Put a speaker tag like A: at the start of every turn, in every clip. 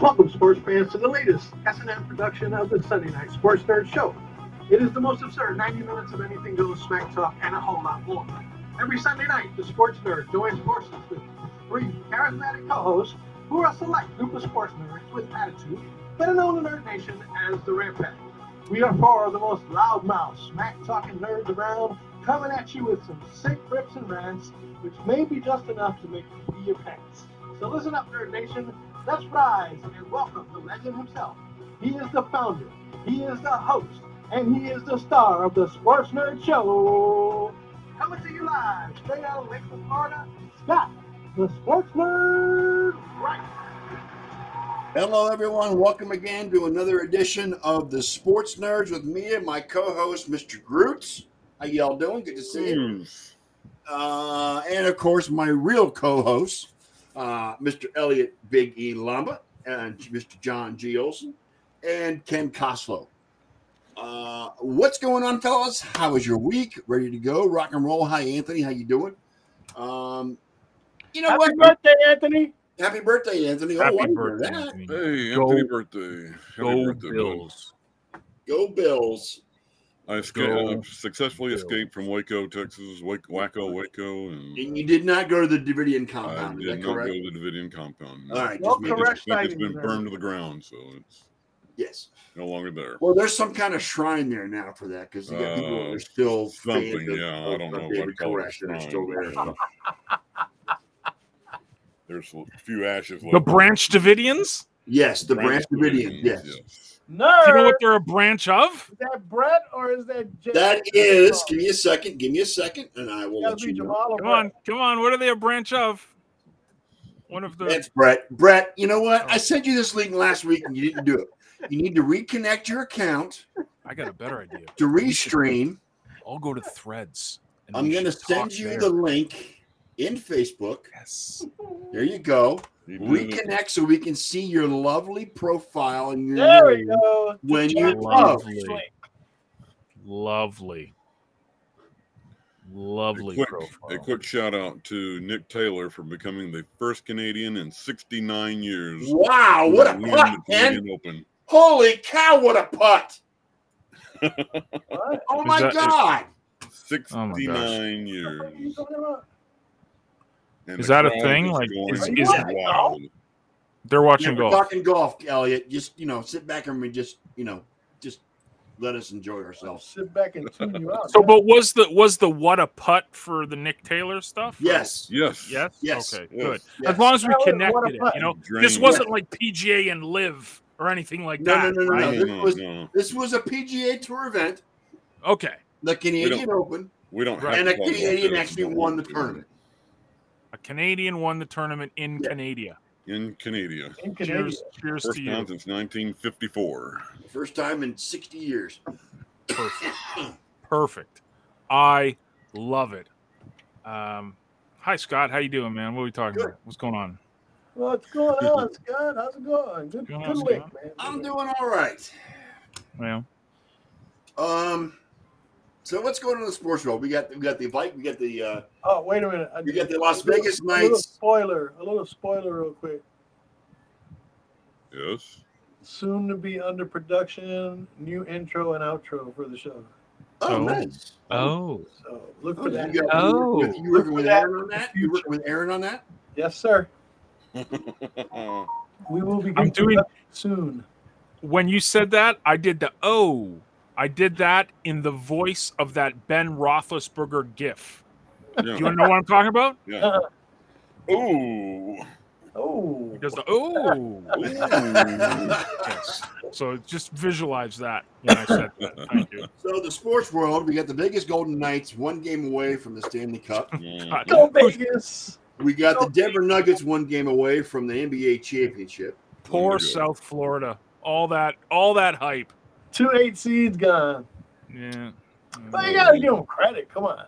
A: Welcome, sports fans, to the latest S&M production of the Sunday Night Sports Nerd Show. It is the most absurd 90 minutes of anything goes, smack talk, and a whole lot more. Every Sunday night, the sports nerd joins forces with three charismatic co-hosts who are a select group of sports nerds with attitude, better known in Nerd Nation as the Rat Pack. We are four of the most loudmouth, smack-talking nerds around, coming at you with some sick rips and rants, which may be just enough to make you pee your pants. So listen up, Nerd Nation. Let's rise and welcome the legend himself. He is the founder, he is the host, and he is the star of the Sports Nerd Show. Coming to you live, straight out of Lakeland, Florida, Scott, the Sports Nerd, right?
B: Hello, everyone. Welcome again to another edition of the Sports Nerds with me and my co-host, Mr. Groots. How y'all doing? Good to see you. Uh, and of course, my real co-host, uh, Mr. Elliot Big E Lamba and Mr. John G. Olson and Ken Coslow. Uh, what's going on, fellas? How was your week? Ready to go? Rock and roll. Hi, Anthony. How you doing? Um, you know
A: Happy
B: what?
A: birthday, Anthony.
B: Happy birthday, Anthony.
C: Happy
B: oh, I didn't know
C: birthday,
B: that.
C: Anthony.
D: Hey,
C: Go-
D: Anthony birthday. Happy
C: Go
D: birthday, buddy.
C: Bills.
B: Go Bills.
D: I escaped,
C: Go
D: I successfully
C: Bills.
D: escaped from Waco, Texas, Waco, Waco, Waco and
B: And you did not go to the Davidian
D: I
B: compound. Is
D: did
B: that
D: not go
B: correct?
D: to the Davidian compound.
B: All right.
A: No
B: just making-
A: correct
D: It's been, it's
A: sightings
D: been
A: there.
D: burned to the ground, so it's
B: Yes.
D: no longer there.
B: Well, there's some kind of shrine there now for that because you got people that are
D: Uh,
B: still
D: something,
B: fans of-
D: yeah, I don't
B: of
D: know
B: David
D: what to call it,
B: Koresh that are still there.
D: shrine. There's a few ashes left.
C: The Branch Davidians?
B: Yes, the Branch Davidians. Yes.
C: Do you know
A: Nerd,
C: what they're a branch of?
A: is that Brett or is that James?
B: That is. Give me a second. Give me a second, and I will
A: Gotta
B: let
A: be
B: you know.
A: Jamal or
C: Come on,
A: Brett.
C: come on. What are they a branch of? One of the.
B: That's Brett. Brett, you know
C: Oh.
B: what? I sent you this link last week, and you didn't do it. You need to reconnect your account
C: I got a better idea.
B: to restream.
C: I'll go to Threads. and
B: I'm
C: we
B: going to
C: should talk
B: send you
C: there.
B: the link in Facebook.
C: Yes.
B: There you go.
D: He did it.
B: Reconnect so we can see your lovely profile and your
A: There we
B: name
A: go.
B: when you
A: Jack
B: love.
A: Jack Jack.
C: Lovely.
D: A
C: Lovely
D: quick,
C: profile.
D: a quick shout out to Nick Taylor for becoming the first Canadian in 69 years.
B: Wow,
D: to
B: what a
D: win
B: putt,
D: the
B: man!
D: Canadian Open.
C: Oh
B: Holy cow, what a putt!
A: What?
B: Oh
C: Is
B: my
C: that- is-
B: god!
D: 69
A: What are you
D: years.
A: talking about?
D: And
C: Is
D: the
C: that a
D: crowd
C: thing?
D: is
C: Like,
D: going
C: is-
A: is-
D: wild.
C: They're
B: Yeah,
C: watching
B: we're
C: golf.
B: talking golf, Elliot. Just you know, sit back and we just you know, just let us enjoy
A: I'll
B: ourselves.
A: sit back and tune you out.
C: So, but was the was the what a putt for the Nick Taylor stuff?
B: Yes,
D: Yes.
C: Yes.
B: Yes.
C: Okay.
D: Yes.
C: Good.
B: Yes.
C: As long as we
A: That was what a
C: connected it,
A: putt.
C: you know,
D: Drain.
C: this wasn't like PGA and Live or anything like
B: No, no,
C: that.
B: no, no,
C: right?
D: No,
B: this
D: no,
B: was-
D: no.
B: this was a PGA Tour event,
C: Okay.
B: the Canadian Open,
D: We don't have
C: Right.
B: and a
D: to talk about
B: Canadian
D: this.
B: actually won the tournament.
C: A Canadian won the tournament in
B: Yeah.
C: Canada.
D: in Canada.
A: In Canada.
C: Cheers, cheers to
D: First
C: you.
D: time since 1954.
B: First time in 60 years.
C: Perfect. Perfect. I love it. Um, hi Scott, how you doing, man? What are we talking
B: Good.
C: about? What's going on?
A: What's going on, Scott? How's it going? Good,
C: Going
A: good,
C: on, Scott?
A: week, man.
B: I'm doing all right.
C: Well,
B: Um, so what's going on in the sports world? We got we got the Vic, we got the uh,
A: Oh, wait a minute. I-
B: we got the Las
A: a little-
B: Vegas
A: A little
B: Knights.
A: spoiler. A little spoiler, real quick.
D: Yes.
A: Soon to be under production, new intro and outro for the show.
B: Oh,
C: Oh.
B: nice.
C: oh,
A: So look
B: Oh,
A: for
B: you,
A: that.
B: got,
C: Oh.
B: you, you working with Aaron on that? You working with Aaron on that?
A: Yes, sir.
B: Uh-uh.
D: Uh,
A: We will be
C: I'm doing-
A: soon.
C: when you said that, I did the oh, I did that in the voice of that Ben Roethlisberger GIF. Do you
D: yeah.
C: want to know what I'm talking about?
D: yeah.
B: Uh-uh.
D: Ooh.
A: Oh,
C: Because the oh, yes. So just visualize that when I said that. Thank you.
B: so the sports world, we got the Vegas Golden Knights, one game away from the Stanley Cup.
D: Mm.
A: go Vegas.
B: We got the Denver Nuggets, one game away from the NBA championship.
C: Poor
D: Wonderful.
C: South Florida. All that, all that hype.
A: Two eight seeds gone.
C: Yeah.
A: But you gotta give them credit. Come on.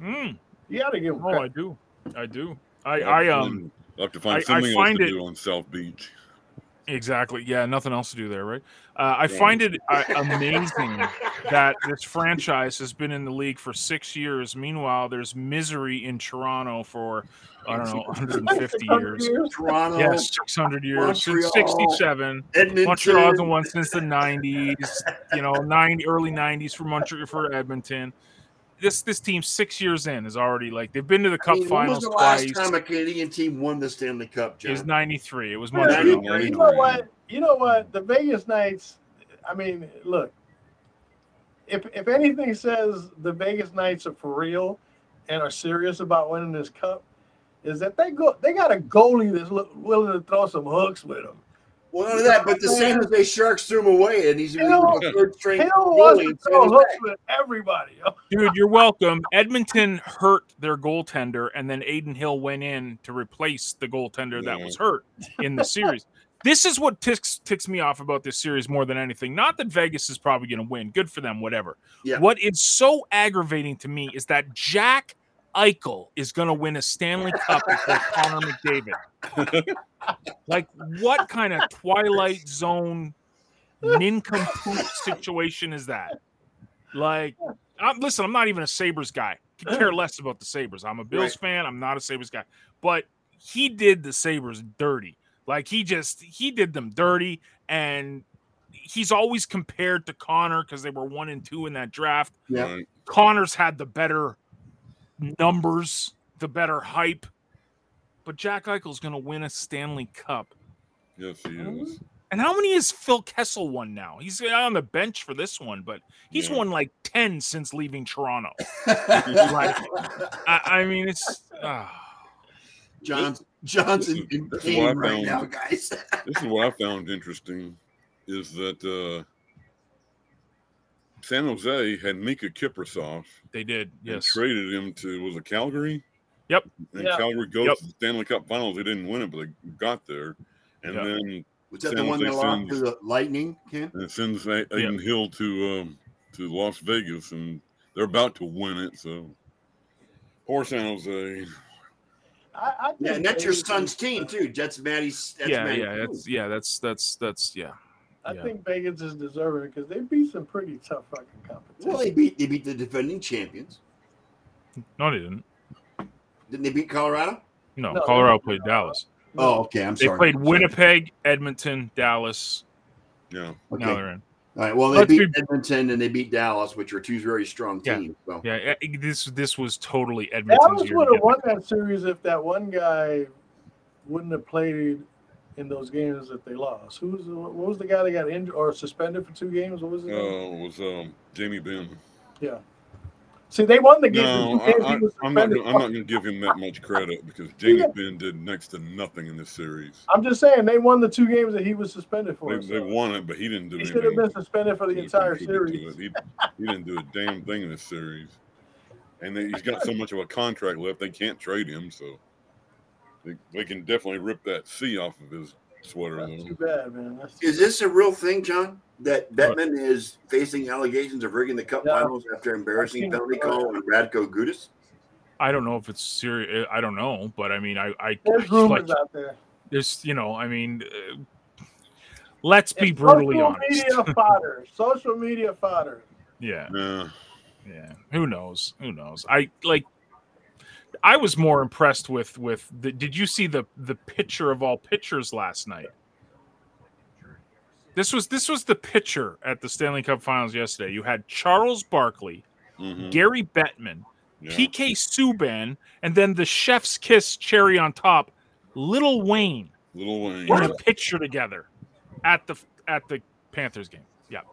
C: Mm.
A: You gotta give them
C: Oh, I
A: credit.
C: do. I do. I, I um.
D: I'll have to find
C: I- I
D: something
C: find
D: else to
C: it-
D: do on South Beach.
C: Exactly. Yeah, nothing else to do there, right? Uh, I find it uh, amazing that this franchise has been in the league for six years. Meanwhile, there's misery in Toronto for I don't know 150 years.
B: Toronto,
C: Yeah, 600 years since
B: Montreal,
C: 67.
B: Edmonton.
C: Montreal's the one since the '90s. You know, nine early '90s for Montreal for Edmonton. This this team six years in is already like they've been to the
B: I
C: Cup
B: mean, when was
C: Finals
B: the
C: twice.
B: last time a Canadian team won the Stanley Cup,
C: It was
B: John?
C: '93. It was
D: Yeah,
C: Montreal.
D: you-
B: Montreal.
A: You know what? You know what? The Vegas Knights. I mean, look. If if anything says the Vegas Knights are for real and are serious about winning this cup, is that they go they got a goalie that's li- willing to throw some hooks with them.
B: Well, none of that, but the San Jose Sharks threw him away, and he's he's a third string
A: Hill
B: goalie. in
A: wasn't
B: San
A: throwing
B: Jose.
A: hooks with everybody. yo.
C: Dude, you're welcome. Edmonton hurt their goaltender, and then Aiden Hill went in to replace the goaltender that
D: Yeah.
C: was hurt in the series. this is what ticks ticks me off about this series more than anything. Not that Vegas is probably going to win. Good for them, whatever.
B: Yeah.
C: What is so aggravating to me is that Jack Eichel is going to win a Stanley Cup before Connor McDavid. like, what kind of Twilight Zone nincompoop situation is that? Like, I'm, listen, I'm not even a Sabres guy. Could care less about the Sabres. I'm a Bills fan. I'm not a Sabres guy. But he did the Sabres dirty. Like he just he did them dirty and he's always compared to Connor because they were one and two in that draft.
B: Yeah.
D: Right.
C: Connor's had the better numbers, the better hype. But Jack Eichel's gonna win a Stanley Cup.
D: Yes, he
B: Mm-hmm.
D: is.
C: And how many has Phil Kessel won now? He's on the bench for this one, but he's
D: Yeah.
C: won like 10 since leaving Toronto.
B: Right.
C: I, I mean, it's uh,
B: John's John's in, in
D: That's why I
B: pain right
D: found-
B: now, guys.
D: This is what I found interesting is that uh, San Jose had Mika Kiprasov
C: they did.
D: and
C: Yes.
D: traded him to was it Calgary?
C: Yep.
D: And
A: Yeah.
D: Calgary goes
C: Yep.
D: to the Stanley Cup Finals. They didn't win it, but they got there. And
C: Yeah.
D: then
B: Was that the
D: San
B: one
D: Jose
B: that lost
D: Suns.
B: to the Lightning? Ken?
D: it sends A- Aiden Hill to um, to Las Vegas, and they're about to win it. So, poor San Jose.
A: I, I think
B: Yeah, and that's your
A: Vegas
B: son's
A: is-
B: team too. That's Maddie's. That's
C: yeah,
B: Maddie's
C: yeah,
B: team.
C: that's yeah, that's that's that's yeah.
A: I
C: Yeah.
A: think Vegas is deserving because they beat some pretty tough fucking competition.
B: Well, they beat they beat the defending champions.
C: No, they didn't.
B: Didn't they beat Colorado?
C: No,
A: No,
C: Colorado
A: they-
C: played Dallas.
B: Oh, okay. I'm
C: They
B: sorry.
C: played
B: I'm sorry.
C: Winnipeg, Edmonton, Dallas.
D: Yeah,
B: Okay.
C: Now
B: All
C: they're in.
B: right. Well, they
C: Let's
B: beat
C: be-
B: Edmonton and they beat Dallas, which are two very strong
C: Yeah.
B: teams. So.
C: Yeah, eh, this this was totally Edmonton's
A: Dallas
C: year.
A: would
C: to
A: have
C: get
A: won that series if that one guy wouldn't have played in those games that they lost. Who was the, what was the guy that got injured or suspended for two games? What was
D: uh,
A: his name?
D: it was um, Jamie Ben.
A: See, they won the game.
D: No,
A: because
D: I,
A: he
D: I,
A: was
D: I'm not.
A: suspended.
D: gonna- I'm not going to give him that much credit because Jamie Ben did next to nothing in this series.
A: I'm just saying they won the two games that he was suspended for.
D: They, they
A: so
D: won it, but he didn't do
A: Oh, he
D: anything.
A: should have been suspended for the
D: He
A: entire
D: contributed to
A: series.
D: it. He, he didn't do a damn thing in this series, and they, he's got so much of a contract left they can't trade him. So they, they can definitely rip that C off of his sweater.
A: That's
D: though.
A: too bad, man. That's
B: Is this a real thing, John? That Bettman is facing allegations of rigging the Cup
A: Yeah.
B: Finals after embarrassing
A: I've seen it.
B: penalty call on Radko Gudis.
C: I don't know if it's serious. I don't know, but I mean, I I
A: there's
C: like
A: rumors out there.
C: there's you know, I mean, uh, let's be
A: It's
C: brutally
A: social
C: honest.
A: Media fodder. Social media fodder.
C: Yeah,
D: Nah,
C: yeah. Who knows? Who knows? I like. I was more impressed with with the. Did you see the the picture of all pictures last night? This was this was the picture at the Stanley Cup Finals yesterday. You had Charles Barkley,
D: mhm,
C: Gary Bettman,
D: yeah.
C: PK Subban, and then the chef's kiss cherry on top, Little Wayne
D: Little Wayne.
C: in a picture together at the at the Panthers game. Yeah.
A: Oh,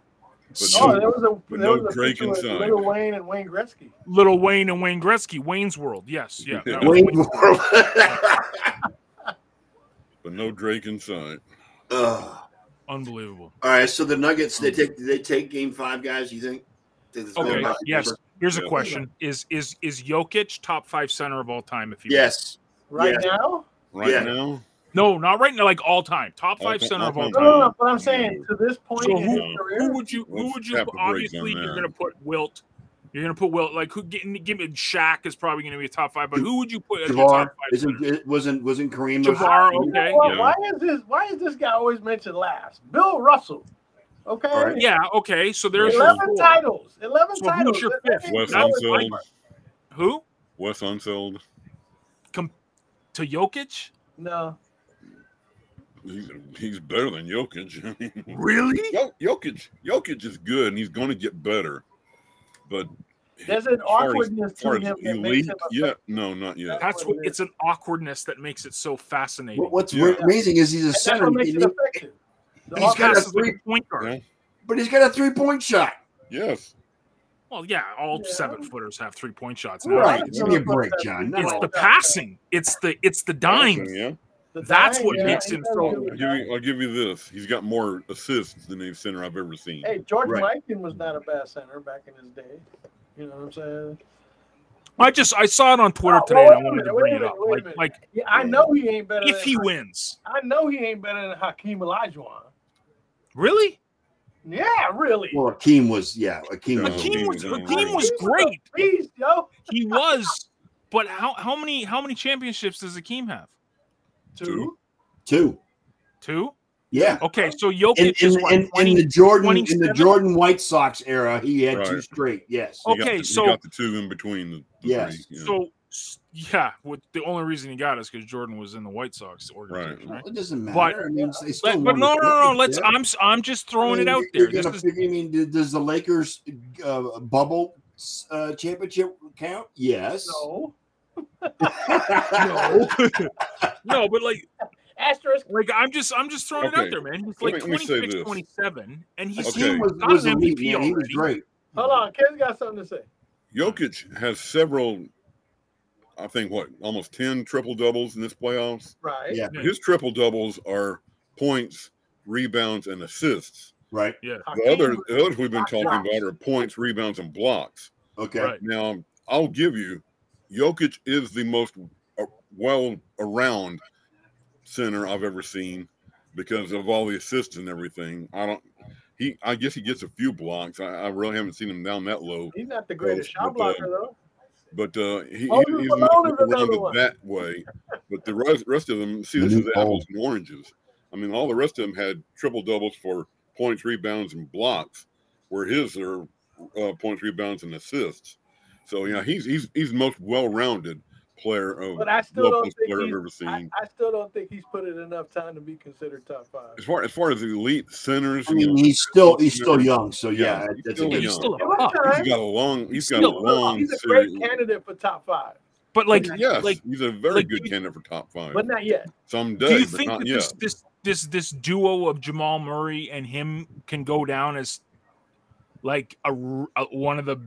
D: So-
A: there was a
D: But
A: there
D: no
A: was a
D: Drake
A: picture with
D: inside.
A: Little Wayne and Wayne Gretzky.
C: Little Wayne and Wayne Gretzky, Wayne's World. Yes. Yeah. that was-
B: Wayne World.
D: but no Drake in sight.
B: Ugh.
C: Unbelievable.
B: All right, so the Nuggets they take they take Game Five, guys. You think? Think it's going
C: Okay.
B: back?
C: Yes. Here's a
D: Yeah.
C: question: Is is is Jokic top five center of all time? If you
B: Yes.
A: Right
B: Yeah.
A: now?
D: Right
B: Yeah.
D: now,
C: no, not right now. Like all time, top
D: All
C: five
D: ti-
C: center
D: all
C: of all
A: No,
D: time.
C: time.
A: no, no. But I'm saying to this point
C: So
A: in
C: who-
A: his career,
C: Who would you? Who
D: Let's
C: would you?
D: tap the brakes on
C: Obviously, you're
D: that.
C: going to put Wilt You're gonna put Will like who? Give, give me Shaq is probably gonna be a top five, but who would you put as your
B: Jabbar
C: top five?
B: isn't it wasn't wasn't Kareem. a-
C: Jabbar,
A: You know
C: okay.
A: what?
D: yeah.
A: Why is this? Why is this guy always mentioned last? Bill Russell. Okay.
B: All right.
C: Yeah, okay. So there's your
A: Eleven
C: four.
A: titles. Eleven
C: So who's
A: titles.
C: your
A: That-
C: fifth?
D: Wes
A: that
C: That
A: was
C: my
D: Unseld.
C: Who
D: Wes Unseld.
C: to Jokic?
A: No.
D: He's, he's better than Jokic. I mean,
C: Really?
D: Jo- Jokic, Jokic is good, and he's going to get better. But
A: There's an
D: far as-
A: awkwardness to
D: far as
A: him that makes
D: elite,
A: him a
D: yeah, no, not yet.
C: That's what it's an awkwardness that makes it so fascinating.
B: What- What's
D: Yeah.
B: amazing is he's a
A: And That's
B: center,
A: what makes
B: he-
A: it effective. The
B: He's got a
A: offense-
C: Passes like a point guard.
D: Yeah.
B: but he's got a three point shot.
D: Yes,
C: Well, yeah, all
A: Yeah.
C: seven footers have three point shots now.
B: Right?
A: Right.
B: Give me a break, John. No.
C: It's
A: Right.
C: the passing. It's the it's the dimes.
D: Yeah,
A: the
C: That's
A: time,
C: what
A: yeah,
C: makes
A: he
C: him
A: doesn't
C: so-
A: do
D: I'll
A: it.
D: give, you, I'll give you this. He's got more assists than any center I've ever seen.
A: Hey, George
B: Right.
A: Mikan was not a bad center back in his day. You know what I'm saying?
C: I just I saw it on Twitter
A: Oh,
C: today
A: well,
C: and I
A: wait a
C: wanted to
A: minute,
C: bring
A: wait
C: it
A: a
C: up.
A: minute, wait a
C: Like like
A: Yeah, I know he ain't better.
C: if
A: than,
C: he wins.
A: I know he ain't better than Hakeem Olajuwon.
C: Really?
A: Yeah, really.
B: Well, Akeem was yeah, Akeem
D: No,
B: was
C: Hakeem
D: he
C: was
D: was on
C: Hakeem
D: one.
C: was great.
A: Please, yo.
C: He was. But how how many how many championships does Hakeem have?
A: Two.
B: two.
C: Two?
B: Yeah,
C: Okay, so Jokic
B: in in,
C: is what,
B: in,
C: 20
B: in the Jordan in the
C: 27?
B: Jordan White Sox era, he had two
D: Right.
B: straight. Yes.
C: Oh,
D: You got
C: okay,
D: the-
C: so-
D: you got the two in between the, the
B: Yes.
D: three. yeah.
C: So s- yeah, what the only reason he got is because Jordan was in the White Sox organization,
B: Well,
C: right?
B: it doesn't matter.
C: But-
B: I mean, they still
C: Let- but
B: won
C: no,
B: the
C: no, no. Let's.
B: championship.
C: I'm. s- I'm just throwing it
B: I mean,
C: out
B: you're
C: there. This
B: gonna
C: is.
B: figure- I mean, does the Lakers uh, bubble uh, championship count? Yes.
A: No.
C: No. no, but like,
A: Asterisk.
C: like I'm just. I'm just throwing it out
D: Okay.
C: there, man. He's
D: Let
C: like
D: me- let me say
C: 26,
D: this.
C: 27, and he's.
D: Okay.
B: Akeem was,
C: Not
B: was
C: an
B: elite,
C: MVP
B: man. He was
C: already.
B: great.
A: Hold on, Ken's got something to say.
D: Jokic has several, I think, what almost ten triple doubles in this playoffs.
A: Right.
B: Yeah.
D: His triple doubles are points, rebounds, and assists.
B: Right.
D: The
A: Hakeem
D: other,
A: was-
D: the others we've been talking
A: Blocks.
D: about are points, rebounds, and blocks.
B: Okay.
C: Right.
D: Now, I'll give you, Jokic is the most uh, well around center I've ever seen because of all the assists and everything. I don't. He, I guess he gets a few blocks. I, I really haven't seen him down that low,
A: He's not the greatest
D: Well,
A: shot
D: but, uh,
A: blocker, though.
D: but uh, he, he-
A: Moses
D: he's
A: Malone
D: not
A: is another
D: rounded
A: one.
D: that way. But the rest, rest of them, see,
B: The
D: this
B: new
D: is apples and oranges. I mean, all the rest of them had triple doubles for points, rebounds, and blocks, where his are uh, points, rebounds, and assists. So yeah, he's he's he's the most well-rounded player of
A: But I still don't
D: well-placed
A: think
D: player I've
A: he's-
D: ever seen.
A: I, I still don't think he's put in enough time to be considered top five.
D: as far as far as the elite centers,
B: I
D: you
B: mean,
D: know,
B: he's still he's still young, so yeah,
D: Yeah,
B: that's a
D: he's still
B: good
C: He's
D: young.
C: still a
A: Give him
C: pup.
A: time.
D: he's got a long he's got a
C: Still,
D: long
A: He's a
D: series.
A: great candidate for top five,
C: But like,
D: yes,
C: like,
D: he's a very
C: like,
D: good
C: do you-
D: candidate for top five
A: but not yet.
D: someday.
C: do you
D: but
C: think
D: not
C: that
D: yet.
C: this, this this this duo of Jamal Murray and him can go down as like a, r- a- one of the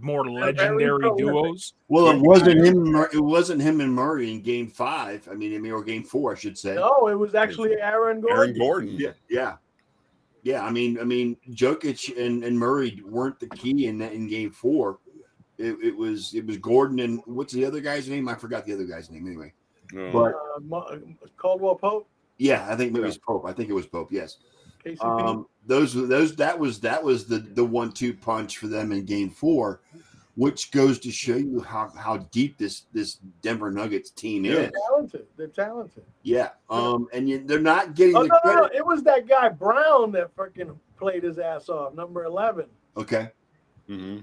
C: more legendary
A: prolific.
C: duos?
B: Well, it wasn't him. and Mur- It wasn't him and Murray in Game Five. I mean, I mean, or Game Four, I should say.
A: No, it was actually Aaron Gordon.
D: Aaron Gordon,
A: Mm-hmm.
B: Yeah, yeah, yeah. I mean, I mean, Jokic and, and Murray weren't the key in that in Game Four. It, it was it was Gordon and what's the other guy's name? I forgot the other guy's name anyway.
D: No.
B: But
A: Uh, Ma- Caldwell Pope,
B: yeah, I think it was Pope. I think it was Pope. Yes.
A: KCP.
B: Um, those those that was that was the the one two punch for them in Game Four, which goes to show you how how deep this this Denver Nuggets team
D: Yeah.
A: They're
B: is.
A: talented. They're talented.
B: Yeah. Um, and you, they're not getting
A: Oh
B: the
A: no, no, no!
B: credit.
A: It was that guy Brown that fucking played his ass off. Number eleven.
B: Okay.
D: Mhm.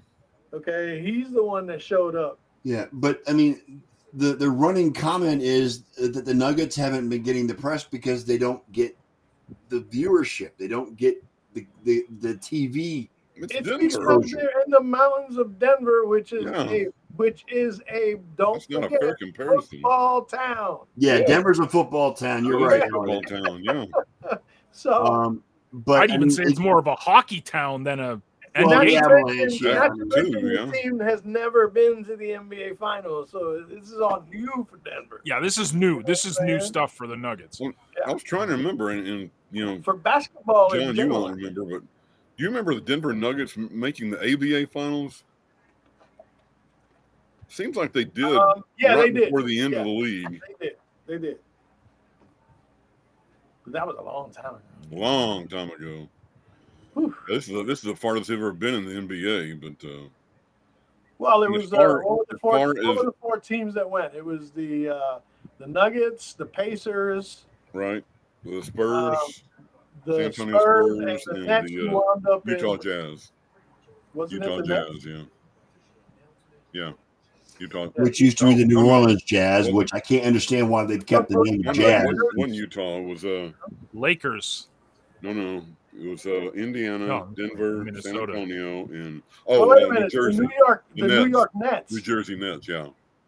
A: Okay, he's the one that showed up.
B: Yeah, but I mean, the the running comment is that the Nuggets haven't been getting the press because they don't get the viewership. They don't get the the, the TV.
D: it's,
A: It's
D: Denver.
A: because they're in the mountains of Denver, which is
D: Yeah.
A: a which is a don't
D: That's not a
A: forget,
D: fair comparison.
A: football town.
B: Yeah,
D: Yeah.
B: Denver's a football town. You're
D: It's
B: right.
D: a Football
B: Alan.
D: town, yeah.
A: So
D: Uh,
B: Um, but
C: I'd
B: I
C: even
B: mean,
C: say it's
B: it-
C: more of a hockey town than a
B: Well,
C: NBA
B: yeah.
A: to
B: Avalanche,
A: mention-
D: yeah,
A: not to
D: too,
A: mention the
D: yeah.
A: team has never been to the NBA Finals, so this is all new for Denver.
C: Yeah, this is new. This is new
A: Man.
C: stuff for the Nuggets.
D: I was trying to remember, and, and you know,
A: For basketball in
D: John, you
A: general,
D: won't remember, but do you remember the Denver Nuggets m- making the ABA finals? Seems like they did.
A: um, yeah,
D: right
A: they did.
D: before the end
A: Yeah.
D: of the league.
A: They did. They did. But that was a long time ago.
D: long time ago.
A: Whew.
D: This is the, this is the farthest they've ever been in the NBA, but uh,
A: Well, it
D: And as
A: was, uh,
D: far-
A: what were the
D: as
A: four,
D: far
A: what
D: as-
A: were the four teams that went? It was the uh, the Nuggets, the Pacers,
D: right? The Spurs, San
A: the
D: Antonio
A: Spurs,
D: Spurs
A: and the
D: and
A: Nets
D: the, uh,
A: wound up
D: Utah
A: in.
D: Jazz,
A: Um, Wasn't
D: Utah
A: it the Nets?
D: Jazz, yeah, yeah, Utah.
B: which used to be the New Orleans Jazz, which I can't understand why they've kept the name
D: One,
B: Jazz.
D: one, one Utah was uh
C: Lakers.
D: no no it was uh Indiana,
C: No,
D: Denver, San
C: Minnesota.
D: Antonio, and
A: Oh,
D: oh
A: wait a
D: uh, New
A: minute. The
D: Jersey,
A: New York,
D: The
A: the New
D: Nets.
A: York Nets.
D: New Jersey Nets, yeah,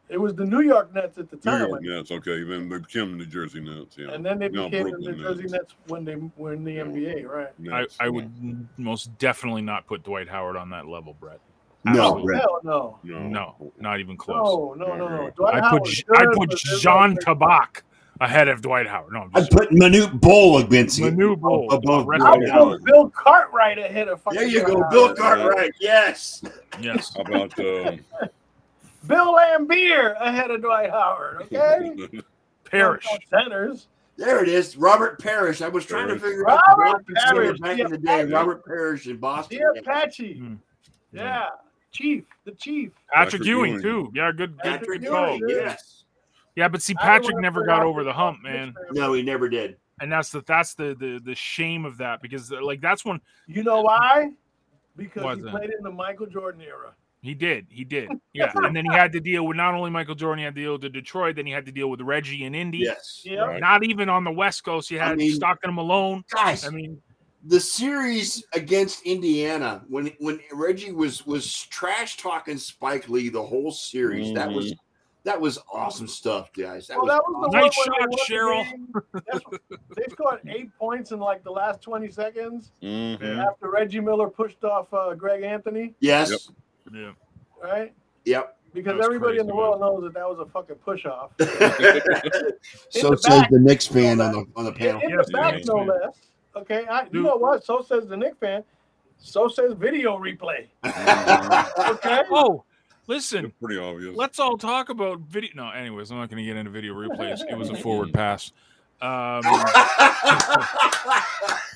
A: It was the New York Nets at the
D: New
A: time,
D: York Nets. Okay, then they became New Jersey Nets, yeah.
A: and then they
D: Now
A: became the
D: Brooklyn
A: New Jersey
D: Nets.
A: Nets when they were in the
D: Yeah.
A: NBA, right?
C: I,
D: Nets,
C: I
D: yeah.
C: would n- most definitely not put Dwight Howard on that level, Brett.
B: No, Brett.
A: Oh, Hell no.
D: no
C: No, not even close.
A: No, no, no, no.
D: Right.
A: Dwight
C: I put
A: Howard's
C: I
A: good, but
C: put
A: there's
C: Jean
A: also-
C: Tabak ahead of Dwight Howard. No, I'm
B: I'd
C: just
B: put Manute Bowl against you.
C: Manute Bol.
B: Above
C: Rest
A: I
B: Dwight
C: in
B: Howard.
A: put Bill Cartwright ahead of fucking uh,
B: There you go,
A: Dwight
B: Bill
A: Howard.
B: Cartwright. Yes.
C: yes.
D: How about um,
A: Bill Lambier ahead of Dwight Howard. Okay,
C: Parrish.
A: centers.
B: There it is. Robert Parrish. I was trying to
D: Parrish.
B: figure out the
A: Robert
B: Boston center
A: Parrish,
B: back
A: yeah.
B: in the day. Robert Parrish in Boston.
A: The Apache.
C: Hmm.
A: Yeah, Chief, the Chief.
C: Patrick
D: Patrick
C: Ewing
D: Ewing.
C: too. Yeah, good good,
B: Patrick
C: good
B: Ewing,
C: call.
A: Ewing,
B: yes.
C: Yeah, but see,
A: I don't
C: Patrick
A: wanna
C: never
A: put
C: got
A: out
C: over the hump, man,
B: No, he never did.
C: and that's the that's the the the shame of that because uh, like that's when
A: You know why? Because
C: Why's
A: he
C: that?
A: played in the Michael Jordan era.
C: He did. He did. Yeah. and then he had to deal with not only Michael Jordan, he had to deal with Detroit, then he had to deal with Reggie and Indy.
B: Yes.
A: Yeah.
D: right.
C: Not even on the West Coast. He
B: I
C: had
B: mean-
C: Stockton and Malone.
B: Guys,
C: I mean,
B: the series against Indiana when when Reggie was was trash talking Spike Lee the whole series. That was that was awesome stuff, guys. That
A: Well,
B: was
A: that was the
B: awesome.
C: Nice
A: one where they
C: shot,
A: won the game. That's- they scored eight points in like the last 20 seconds
D: mhm.
A: after Reggie Miller pushed off uh, Greg Anthony,
B: yes.
D: Yep.
C: yeah.
A: right?
B: Yep.
A: Because
C: That was
A: everybody in the
C: crazy,
A: world knows that that was a fucking push off.
B: so
A: the
B: says
A: back.
B: the Knicks fan on the on the
A: In,
B: panel.
A: in
C: Yes,
A: the back,
C: man.
A: no less. Okay, I, you
C: Dude.
A: know what? So says the Nick fan. So says video replay. Okay,
C: Oh,
D: It's
C: listen,
D: pretty obvious.
C: let's all talk about video. No, anyways, I'm not going to get into video replays. It was a forward pass. Um,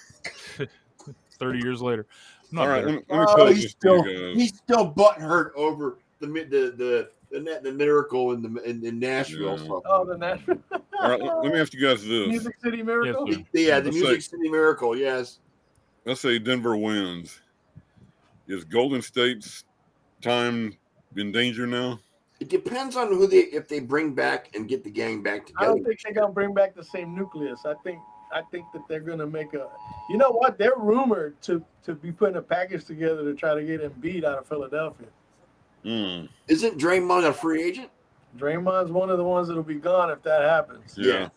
C: 30 years later. I'm not
D: All right,
C: bitter.
D: let me, let me
B: oh,
D: pose
B: he's
D: this to you
B: still
D: guys.
B: he's still butthurt over the mi- the the the, net- the miracle in the in, in Nashville.
D: Yeah.
B: So.
A: oh, the Nashville
D: All right, let, let me ask you guys this.
A: Music City Miracle.
C: Yes, sir.
B: Yeah, the
D: Let's
B: Music City Miracle. Yes.
D: Let's say Denver wins. Is Golden State's time in danger now?
B: It depends on who they if they bring back and get the gang back
A: I
B: together.
A: don't think they're gonna bring back the same nucleus. I think I think that they're gonna make a. You know what? They're rumored to to be putting a package together to try to get Embiid out of Philadelphia.
D: Mm,
B: Isn't Draymond a free agent?
A: Draymond's one of the ones that'll be gone if that happens.
D: yeah,
B: Yeah.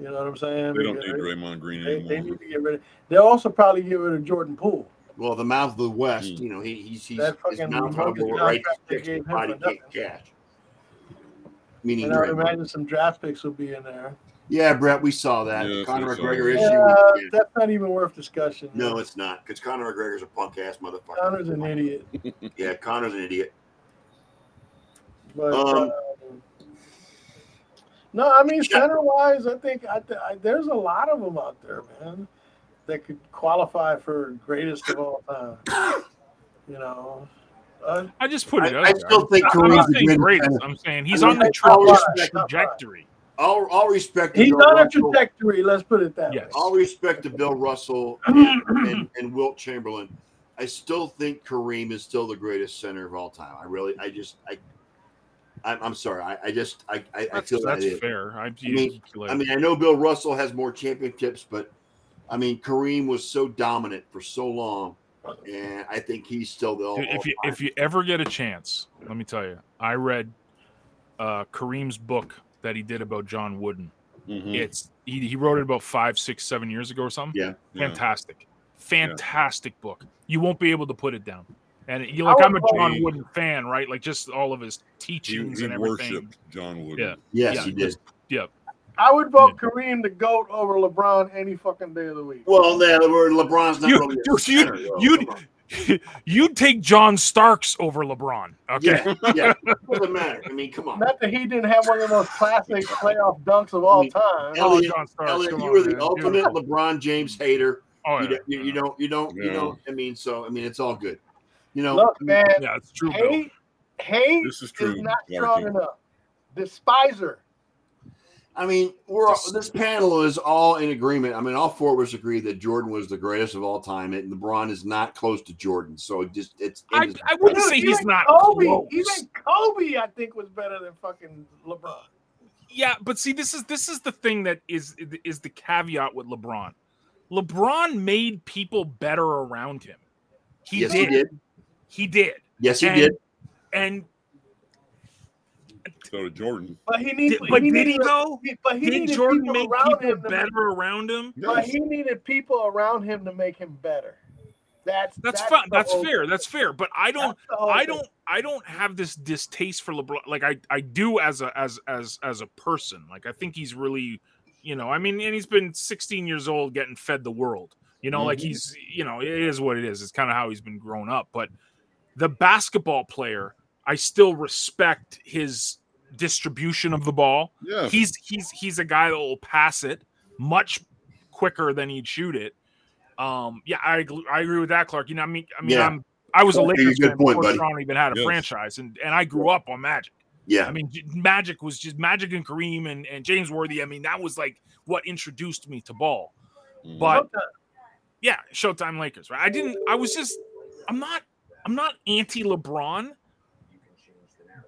A: You know what I'm saying?
D: they don't need
A: Because
D: Draymond Green
A: they, they
D: anymore.
A: need to get rid of. They'll also probably get rid of Jordan Poole.
B: Well, the mouth of the West,
D: Hmm.
B: you know, he, he's he's
A: That
B: his
A: fucking
B: mouth
A: humongous
B: hobbled right
A: contract they
B: next to
A: gave him
B: body
A: for nothing.
B: kick cash. Meaning,
A: And I would
B: Draymond.
A: imagine some draft picks will be in there.
B: yeah, Brett, we saw that
D: Yes,
B: Conor
D: we saw
B: McGregor
D: that.
B: issue.
A: Yeah,
B: was- yeah.
A: that's not even worth discussion.
B: No, it's not because Conor McGregor's a punk ass motherfucker.
A: Connor's an idiot.
B: Yeah, Connor's an idiot.
A: But
B: Um,
A: uh, no, I mean
B: Yeah.
A: center wise, I think I, th- I, there's a lot of them out there, man, that could qualify for greatest of all time. You know, uh,
C: I just put it
B: I, I
C: out there.
B: still think
C: I'm
B: Kareem's
C: not
B: the greatest.
C: saying great.
B: center.
C: I'm saying he's
B: I
C: on
B: mean,
C: the
B: I always
C: traje-
B: respect-
C: trajectory.
B: All, all respect. to
A: he's
B: Bill
A: on a
B: Russell.
A: trajectory. Let's put it that
C: Yes.
A: way.
B: All respect to Bill Russell and, and, and Wilt Chamberlain. I still think Kareem is still the greatest center of all time. I really, I just, I, I'm, I'm sorry. I, I just, I, I, I
C: That's,
B: feel that
C: that's
B: is.
C: fair. I,
B: mean- I mean, I know Bill Russell has more championships, but I mean, Kareem was so dominant for so long, and I think he's still the. All,
C: Dude, if you if you ever get a chance, let me tell you, I read uh, Kareem's book that he did about John Wooden.
D: Mhm,
C: It's he, he wrote it about five, six, seven years ago or something.
D: yeah.
C: Fantastic, fantastic book. You won't be able to put it down. And you like,
A: would
C: I'm a John
D: probably-
C: Wooden fan, right? Like just all of his
D: He,
C: teachings
D: he
C: and everything.
D: worshipped John Wooden.
C: Yeah.
B: yes,
C: yeah,
B: he did.
A: I would vote Kareem the goat over LeBron any fucking day of the week.
B: Well, no, LeBron's not
C: You-
B: really. A
C: dude,
B: center,
C: you'd-
B: though.
C: you'd-
B: Come on.
C: You'd take John Starks over LeBron. Okay.
B: Yeah, yeah. Doesn't matter. I mean, come on.
A: Not that he didn't have one of those classic playoff dunks of all time.
C: Oh,
B: Elliot-
C: John Starks.
B: Elliot,
C: come
B: you
C: on,
B: were the
C: man.
B: ultimate
C: Beautiful.
B: LeBron James hater.
C: Oh,
B: You
C: yeah.
B: don't, you, you don't, you don't, you
D: Yeah.
B: don't. I mean, so I mean, it's all good. You know,
A: Look, man,
C: Oh, Yeah, it's true. Bill.
A: hate Hay
D: This is
A: is
D: true.
A: not
D: Larkin.
A: strong enough. Despiser.
B: I mean, we're all, this panel is all in agreement. I mean, all four of us agree that Jordan was the greatest of all time, and LeBron is not close to Jordan. So it just it's. it
C: I,
B: is-
C: I wouldn't say
A: even
C: he's not
A: Kobe.
C: close.
A: Even Kobe, I think, was better than fucking LeBron.
C: Yeah, but see, this is this is the thing that is is the caveat with LeBron. LeBron made people better around him. He
B: yes,
C: did.
B: he did.
C: He did.
B: Yes, he
C: And-
B: did.
C: And
D: So did Jordan.
A: But he
C: did,
A: needed.
C: but
A: he
C: did
A: needed,
C: he though?
A: But he
C: Did
A: needed
C: Jordan
A: people
C: make
A: around
C: people
A: him to
C: better around him?
A: But he needed people around him to make him better. That's
C: That's
A: that's,
C: fine.
A: the
C: That's
A: whole-
C: fair. That's fair. But I don't
A: that's the whole
C: I
A: thing.
C: don't I don't have this distaste for LeBron. Like I I do as a as as as a person. Like I think he's really, you know, I mean, and he's been 16 years old getting fed the world. You know, like
B: Mhm.
C: he's you know, it is what it is. It's kind of how he's been grown up. But the basketball player, I still respect his distribution of the ball.
D: Yeah.
C: He's he's he's a guy that will pass it much quicker than he'd shoot it. Um, yeah, I agree, I agree with that, Clark. You know, I mean, I mean,
B: Yeah.
C: I'm I was a
B: That's a
C: Lakers
B: good
C: fan
B: point,
C: before
B: buddy.
C: Toronto even had a
D: Yes.
C: franchise, and and I grew up on Magic.
B: Yeah,
C: I mean, j- Magic was just Magic and Kareem and and James Worthy. I mean, that was like what introduced me to ball.
D: Mhm.
C: But
A: Sometimes-
C: yeah, Showtime Lakers, right? I didn't. I was just. I'm not. I'm not anti LeBron,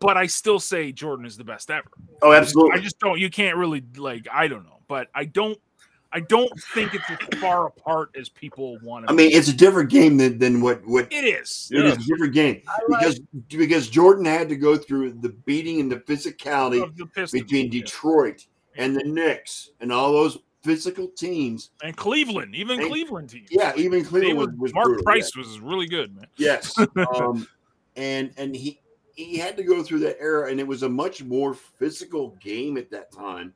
C: but I still say Jordan is the best ever.
B: Oh,
C: I
B: absolutely.
C: just don't. You can't really like. I don't know, but I don't. I don't think it's as far apart as people want to.
B: I mean, it's a different game than, than what what
C: it is.
B: it
D: Yeah.
B: is a different game
A: I like-
B: because because Jordan had to go through the beating and the physicality
C: Of the Pistons,
B: between
C: yeah.
B: Detroit and the Knicks and all those physical teams.
C: and Cleveland, even
B: And-
C: Cleveland team.
B: Yeah, even
C: They
B: Cleveland
C: were,
B: was, was
C: Mark
B: brutal, yeah.
C: Price was really good, man.
B: Yes. Um, and and he he had to go through that era, and it was a much more physical game at that time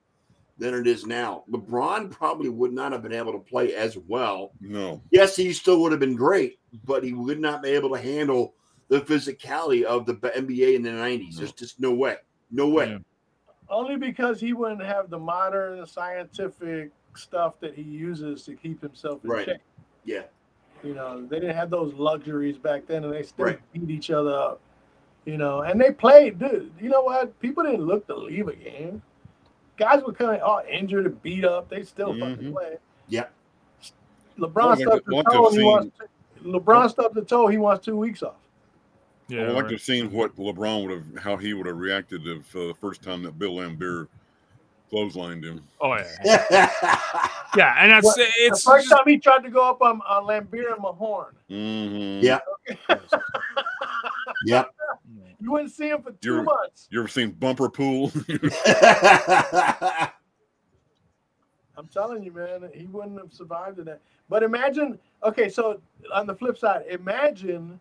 B: than it is now. LeBron probably would not have been able to play as well.
D: No.
B: Yes, he still would have been great, but he would not be able to handle the physicality of the NBA in the nineties. There's just no way. No way.
C: Yeah.
A: Only because he wouldn't have the modern scientific stuff that he uses to keep himself in
B: Right.
A: check.
B: Yeah.
A: You know, they didn't have those luxuries back then, and they still
B: Right.
A: beat each other up. You know, and they played, dude. You know what? People didn't look to leave a game. Guys were coming all injured and beat up. They still fucking
D: Mhm.
A: play.
B: Yeah.
A: LeBron
D: Well, they
A: stubbed the
D: want to
A: toe.
D: have
A: He
D: seen-
A: wants. LeBron stubbed the toe. He wants two weeks off.
D: I
C: Yeah,
B: Oh,
D: would like
C: right.
D: to have seen what LeBron would have, how he would have reacted if uh, the first time that Bill Lambier clotheslined him.
C: oh yeah, yeah, and that's
A: What- The
C: it's
A: first
C: just-
A: time he tried to go up on, on Lambeer and Mahorn,
D: Mhm.
B: Yeah. yep.
A: you wouldn't see him for 2
D: You're-
A: months.
D: You ever seen Bumper Pool?
A: I'm telling you, man, he wouldn't have survived in that. But imagine, okay, so on the flip side, imagine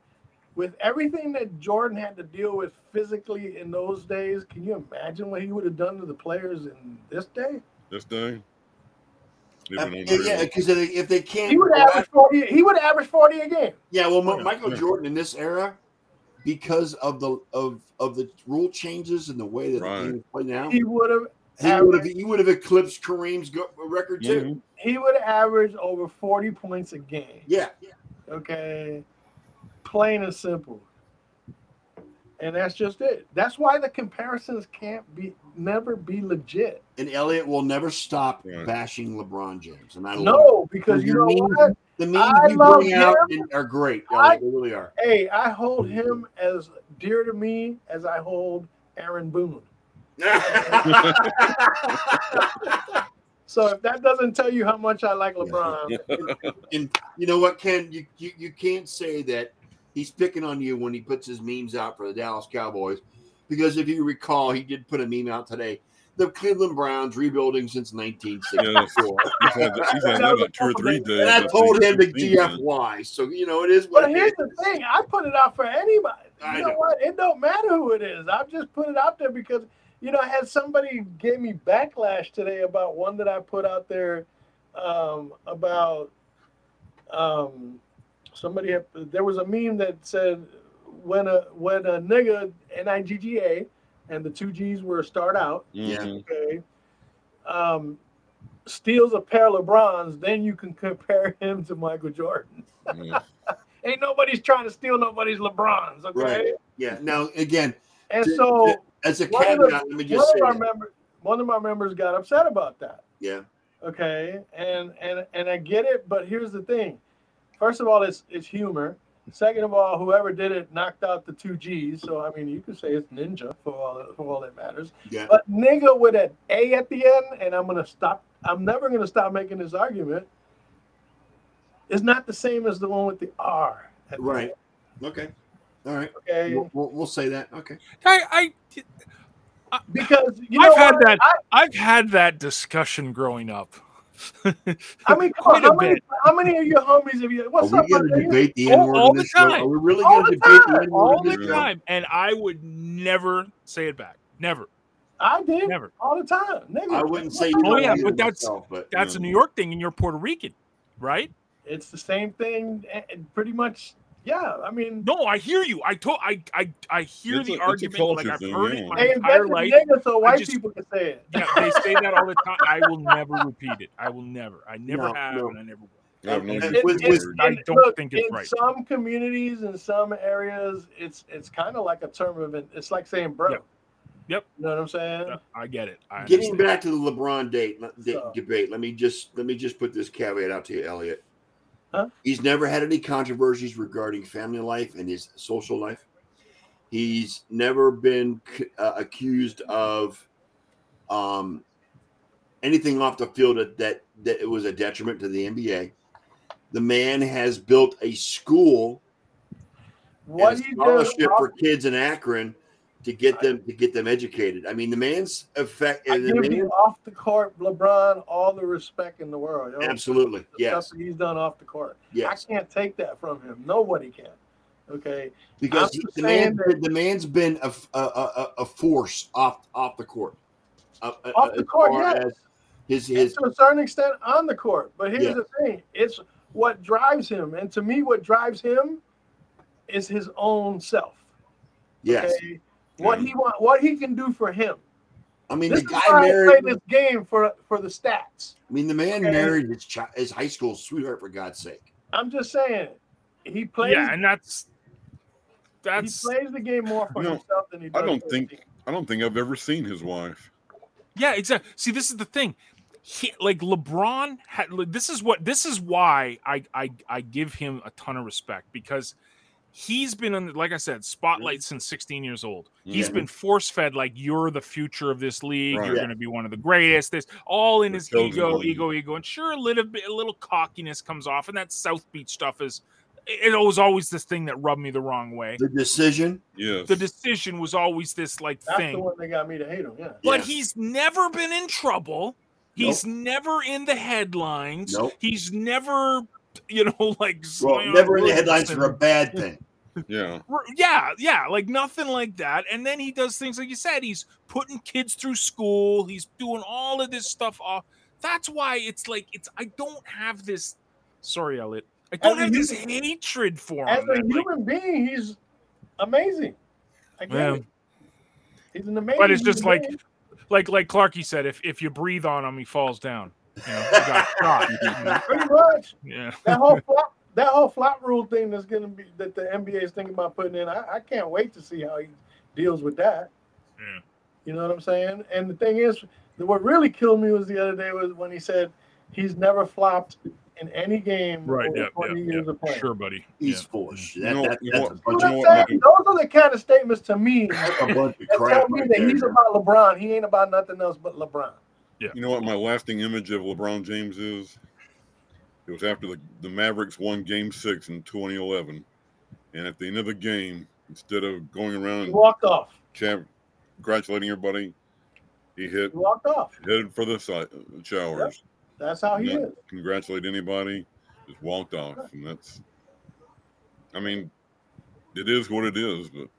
A: with everything that Jordan had to deal with physically in those days, can you imagine what he would have done to the players in this day?
D: this day?
B: Uh, yeah, because if they can't
A: He would average 40, he would average 40 a game.
B: Yeah, well, Mi-
D: Yeah,
B: Michael
D: yeah.
B: Jordan in this era, because of the of of the rule changes and the way that
D: Right.
B: the game is played now,
A: He would have
B: he would have he would have eclipsed Kareem's go- record too.
D: Mhm.
A: he would average over 40 points a game.
B: Yeah,
A: Okay. Plain and simple. And that's just it. That's why the comparisons can't be never be legit.
B: and Elliot will never stop
D: Right.
B: bashing LeBron James, and I love it.
A: No, because you know what?
B: the memes
A: I
B: you
A: love
B: bring out
A: him.
B: and- are great.
A: I-
B: Elliot, they really are.
A: Hey, I hold him as dear to me as I hold Aaron Boone. So if that doesn't tell you how much I like LeBron,
B: and you know what, Ken? You, you you can't say that he's picking on you when he puts his memes out for the Dallas Cowboys, because if you recall, he did put a meme out today. The Cleveland Browns rebuilding since 1964,
D: He's had, he's had that about two or three days.
B: and I told him to
D: think, since then.
B: GF why. So you know it is what
A: but
B: it
A: here's
B: is.
A: the thing: I put it out for anybody.
B: I
A: You know
B: know.
A: what? It don't matter who it is. I've just put it out there because you know, had somebody gave me backlash today about one that I put out there um, about um, somebody. Had, there was a meme that said when a when a nigga n i g g a and the two G's were start out.
D: Mhm.
A: okay, um, steals a pair of LeBrons, then you can compare him to Michael Jordan.
D: Yeah.
A: Ain't nobody's trying to steal nobody's LeBrons, okay?
B: Right. Yeah. Now again,
A: And
B: Th-
A: so
B: th- as a
A: One
B: caveat,
A: of the-
B: let me
A: one
B: just say,
A: of our
B: that.
A: member, one of my members got upset about that.
B: yeah,
A: Okay, and and and I get it, but here's the thing. First of all, it's it's humor. Second of all, whoever did it knocked out the two G's. So I mean, you could say it's ninja for all that, for all that matters.
B: yeah.
A: But nigga with an A at the end, and I'm gonna stop. I'm never gonna stop making this argument. It's not the same as the one with the R. at the
B: Right.
A: end,
B: Okay. All right.
A: Okay.
B: We'll, we'll, we'll say that. Okay.
C: I, I
A: Because you know
C: I've had
A: what?
C: that
A: I-
C: I've had that discussion growing up.
A: I mean, come on,
C: Quite a
A: how many, how many of your homies have you?
B: Are Oh, we
A: What's up, my
B: going to
A: nigga?
B: debate the
C: All-
B: N word
C: all
B: on
C: the
B: this show?
C: time.
B: Are we really
A: All
B: going to
A: the
B: debate the
A: time.
B: N word
C: All
B: on
C: the
B: this show?
C: time. And I would never say it back. Never.
A: I did
C: Never.
A: all the time. Nigga,
B: I wouldn't say.
C: Oh,
B: no
C: yeah,
B: either
C: but that's-
B: myself, but
C: That's
D: Yeah.
C: a New York thing and you're Puerto Rican, right?
A: it's the same thing. eh, eh, Pretty much, yeah. I mean,
C: No, I hear you. I told I I I hear
D: It's a-
C: the
D: it's a
C: argument like
D: culture
C: I've
D: thing,
C: heard
D: yeah.
C: it my
A: they
C: entire
A: invented
C: life.
A: nigga so white
C: just-
A: people can say it.
C: Yeah, they say that all the time. I will never repeat it. I will never. I never
B: No,
C: have
B: no.
C: and I never will.
D: I have no
B: It-
D: use
A: It-
D: for
B: with-
D: the
A: it's-
D: word.
C: I
A: and
C: don't think it's
A: in
C: right.
A: some communities, in some areas, it's it's kind of like a term of it. It's like saying bro.
C: Yep. Yep.
A: You know what I'm saying?
C: Yeah, I get it. I
B: Getting
C: understand.
B: back to the LeBron date de-
A: So-
B: debate, let me just let me just put this caveat out to you, Elliot.
A: Huh?
B: He's never had any controversies regarding family life and his social life. He's never been c- uh, accused of um, anything off the field that, that that it was a detriment to the NBA. The man has built a school
A: What
B: and
A: do
B: a
A: you
B: scholarship
A: do?
B: for kids in Akron to get them to get them educated. I mean, the man's effect.
A: I
B: the
A: give
B: man's-
A: the off the court LeBron all the respect in the world. yo.
B: Absolutely.
A: The
B: Yes.
A: stuff that he's done off the court.
B: Yes.
A: I can't take that from him. Nobody can. Okay.
B: Because
A: I'm just
B: the, man,
A: saying
B: the man's been a, a, a, a force off off the court. Uh, uh,
A: Off the
B: as
A: court,
B: far
A: yes.
B: as His,
A: And
B: his,
A: to a certain extent on the court. But here's
B: Yeah.
A: the thing it's what drives him. And to me, what drives him is his own self.
B: yes.
A: Okay. What he want what he can do for him.
B: I mean,
A: this
B: the
A: is
B: guy
A: why I
B: married.
A: play this game for for the stats.
B: I mean, the man
A: Okay.
B: married his, chi- his high school sweetheart, for God's sake.
A: I'm just saying he plays
C: Yeah, and that's
A: he
C: that's
A: plays the game more for
D: No,
A: himself than he does.
D: I don't
A: for the
D: think-
A: team.
D: I don't think I've ever seen his wife.
C: Yeah, exactly. See, this is the thing. He, like LeBron had like, this is what this is why I, I I give him a ton of respect because he's been in like I said spotlight since 16 years old. He's
B: Yeah.
C: been force fed like you're the future of this league.
D: Right.
C: You're going to be one of the greatest. This all in
D: The
C: his
D: chosen
C: ego,
D: one.
C: ego, ego, and sure a little bit a little cockiness comes off, and that South Beach stuff is it was always this thing that rubbed me the wrong way.
B: The decision.
D: Yes.
C: The decision was always this like
A: That's
C: thing.
A: the one that got me to hate him. Yeah.
C: But
B: Yeah.
C: he's never been in trouble. He's never in the headlines.
B: Nope.
C: He's never, you know, like
B: Well,
C: Zion
B: never in the headlines for a
C: Williamson.
B: bad thing.
D: yeah.
C: Yeah, yeah, like nothing like that. And then he does things like you said. He's putting kids through school. He's doing all of this stuff off. That's why it's like it's. I don't have this. Sorry, Elliot. I don't
A: As a
C: have this
A: human-
C: hatred for
A: As
C: him.
A: a
C: that, like-
A: human being, he's amazing. I get
C: Yeah.
A: it. He's an amazing.
C: But it's just
A: human
C: like-
A: being.
C: like, like Clarky said, if if you breathe on him, he falls down. You know, he got shot. you know?
A: pretty much
C: Yeah.
A: that whole flop, that whole flop rule thing that's gonna be that the NBA is thinking about putting in. I, I can't wait to see how he deals with that.
C: Yeah.
A: You know what I'm saying? And the thing is, the- what really killed me was the other day was when he said he's never flopped in any game
C: Right.
A: over
C: Yeah.
A: 20 years of playing.
C: Sure, buddy.
B: He's force.
D: You
B: That,
D: know-
B: that,
D: you
B: that's
D: know-
B: a
A: You
B: bunch
A: know
B: of,
A: what I'm saying?
D: Budget.
A: Those are the kind of statements to me
B: that's a bunch of
A: that tell
B: crap
A: me
B: right
A: that
B: there.
A: he's about LeBron. He ain't about nothing else but LeBron.
D: You know what my lasting image of LeBron James is? It was after the, the Mavericks won game six in 2011. And at the end of the game, instead of going around
A: He
D: and
A: walked off.
D: champ, congratulating everybody, he hit
A: He walked off.
D: headed for the si- showers.
A: That's how he
D: Yeah.
A: is.
D: Congratulate anybody, just walked off. And that's, I mean, it is what it is, but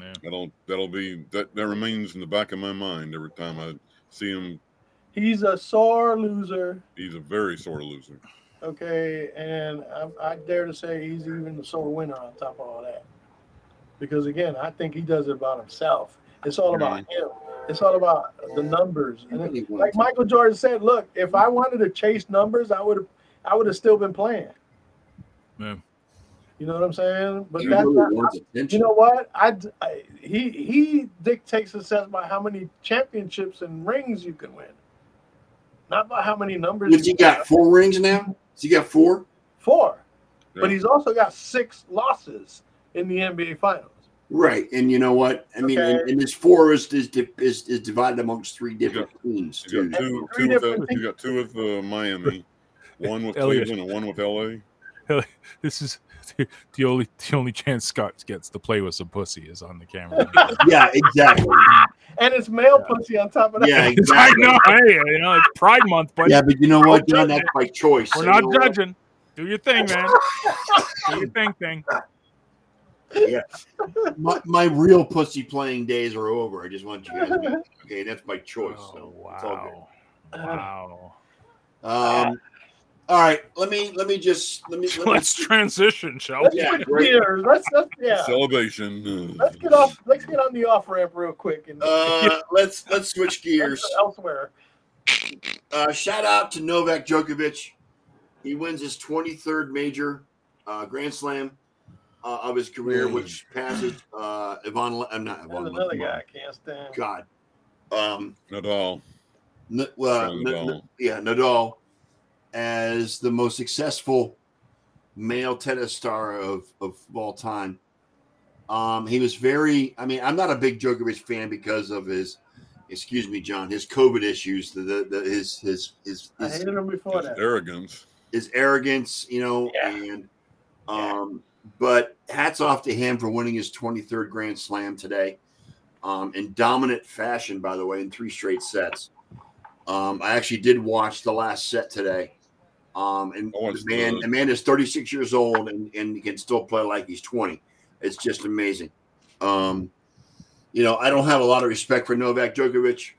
C: Yeah.
D: that'll, that'll be, that, that remains in the back of my mind every time I see him.
A: He's a sore loser.
D: He's a very sore loser.
A: Okay, and I, I dare to say he's even a sore winner on top of all that. Because again, I think he does it about himself. It's all about him. It's all about the numbers.
B: You
A: And it-
B: really want
A: like
B: to-
A: Michael Jordan said, look, if I wanted to chase numbers, I would have I would have still been playing.
C: Yeah.
A: You know what I'm saying? But
B: He
A: that's
B: really
A: not,
B: wants attention.
A: you know what? I, d- I- he he dictates success by how many championships and rings you can win, not by how many numbers.
B: What's he got? Four rings now? Has he got four?
A: Four,
D: Yeah.
A: but he's also got six losses in the NBA Finals.
B: Right. And you know what? I mean, and,
A: Okay.
B: and this four is, is, di- is, is divided amongst three different teams,
D: You
B: too.
D: got two,
A: Three
D: two with
A: different
D: the, you got two with uh, Miami, one with
C: Elliot.
D: Cleveland, and one with LA.
C: This is the only the only chance Scott gets to play with some pussy is on the camera.
B: Yeah, exactly.
A: And it's male pussy on top of that.
B: Yeah,
C: I
B: exactly.
C: know, hey, you know, it's Pride Month, but
B: Yeah, but you know what, John? That's by choice.
C: we're
B: You
C: not
B: know what?
C: judging. Do your thing, man. Do your thing, thing.
B: My, my real pussy playing days are over. I just want you guys to know. Okay, that's by choice. So
C: Oh,
B: it's all good.
C: wow.
B: Um, all right, let me let me just let me, let me
C: Let's transition, shall we?
A: Let's
B: Yeah,
A: switch
B: great.
A: gears. Let's, let's yeah.
D: Celebration. Uh,
A: let's get off. Let's get on the off ramp real quick and
B: uh, let's let's switch gears.
A: elsewhere.
B: Uh, shout out to Novak Djokovic. He wins his 23rd major uh, Grand Slam uh, of his career,
D: Mm.
B: which passes uh, Ivan. Le- I'm not
A: There's
B: Ivan. Le-
A: another
B: come on.
A: guy I can't stand.
B: God. Um,
D: Nadal.
B: N- well,
D: Nadal.
B: Uh, N- N- yeah, Nadal as the most successful male tennis star of, of all time. Um, he was very, I mean, I'm not a big Djokovic fan because of his, excuse me, John, his COVID issues, the, the, the his, his, his,
A: I
B: his,
A: hated him before
D: His
A: that.
D: arrogance.
B: his arrogance, you know,
A: Yeah.
B: and, um, but hats off to him for winning his 23rd Grand Slam today um, in dominant fashion, by the way, in three straight sets. Um, I actually did watch the last set today. Um, and
D: I
B: the
D: watched
B: man,
D: the-
B: the man is 36 years old and, and he can still play like he's 20. It's just amazing. Um, you know, I don't have a lot of respect for Novak Djokovic,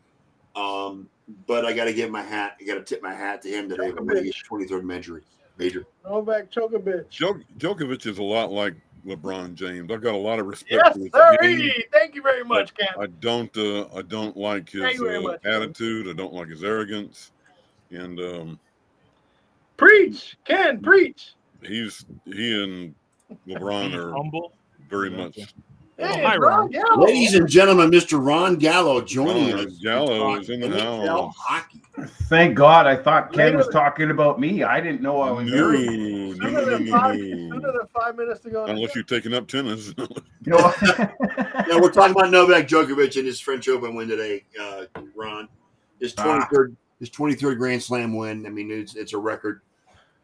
B: um, but I got to give my hat. I got to tip my hat to him today for winning his 23rd major. Major.
A: Novak Djokovic.
D: Djok- Djokovic is a lot like LeBron James. I've got a lot of respect
A: Yes,
D: for his
A: sir.
D: game.
A: Thank you very much, Cam.
D: I don't. Uh, I don't like
A: Thank
D: his
A: you very
D: uh,
A: much.
D: attitude. I don't like his arrogance, and um,
A: Preach, Ken, preach.
D: he's he and LeBron are
C: Humble.
D: very
C: Yeah.
D: much.
A: Hey,
E: Oh,
C: hi,
A: Ron
C: Ron.
A: Gallo.
B: Ladies and gentlemen, Mr. Ron Gallo joining
D: Ron
B: us. to
D: Gallo
B: talk
D: is Oh, in the
B: NHL
D: house.
B: Hockey.
E: Thank God. I thought Ken was
A: Later.
E: talking about me. I didn't know I
D: No,
E: was
D: no,
E: there.
D: no,
A: Sooner
D: no,
A: than five,
D: no.
A: sooner than five minutes to go. in the
D: Unless
A: show.
D: you're taking up tennis.
E: You know,
B: Yeah, we're talking about Novak Djokovic and his French Open win today, uh, Ron. His
E: Ah.
B: 23rd, his 23rd Grand Slam win. I mean, it's, it's a record.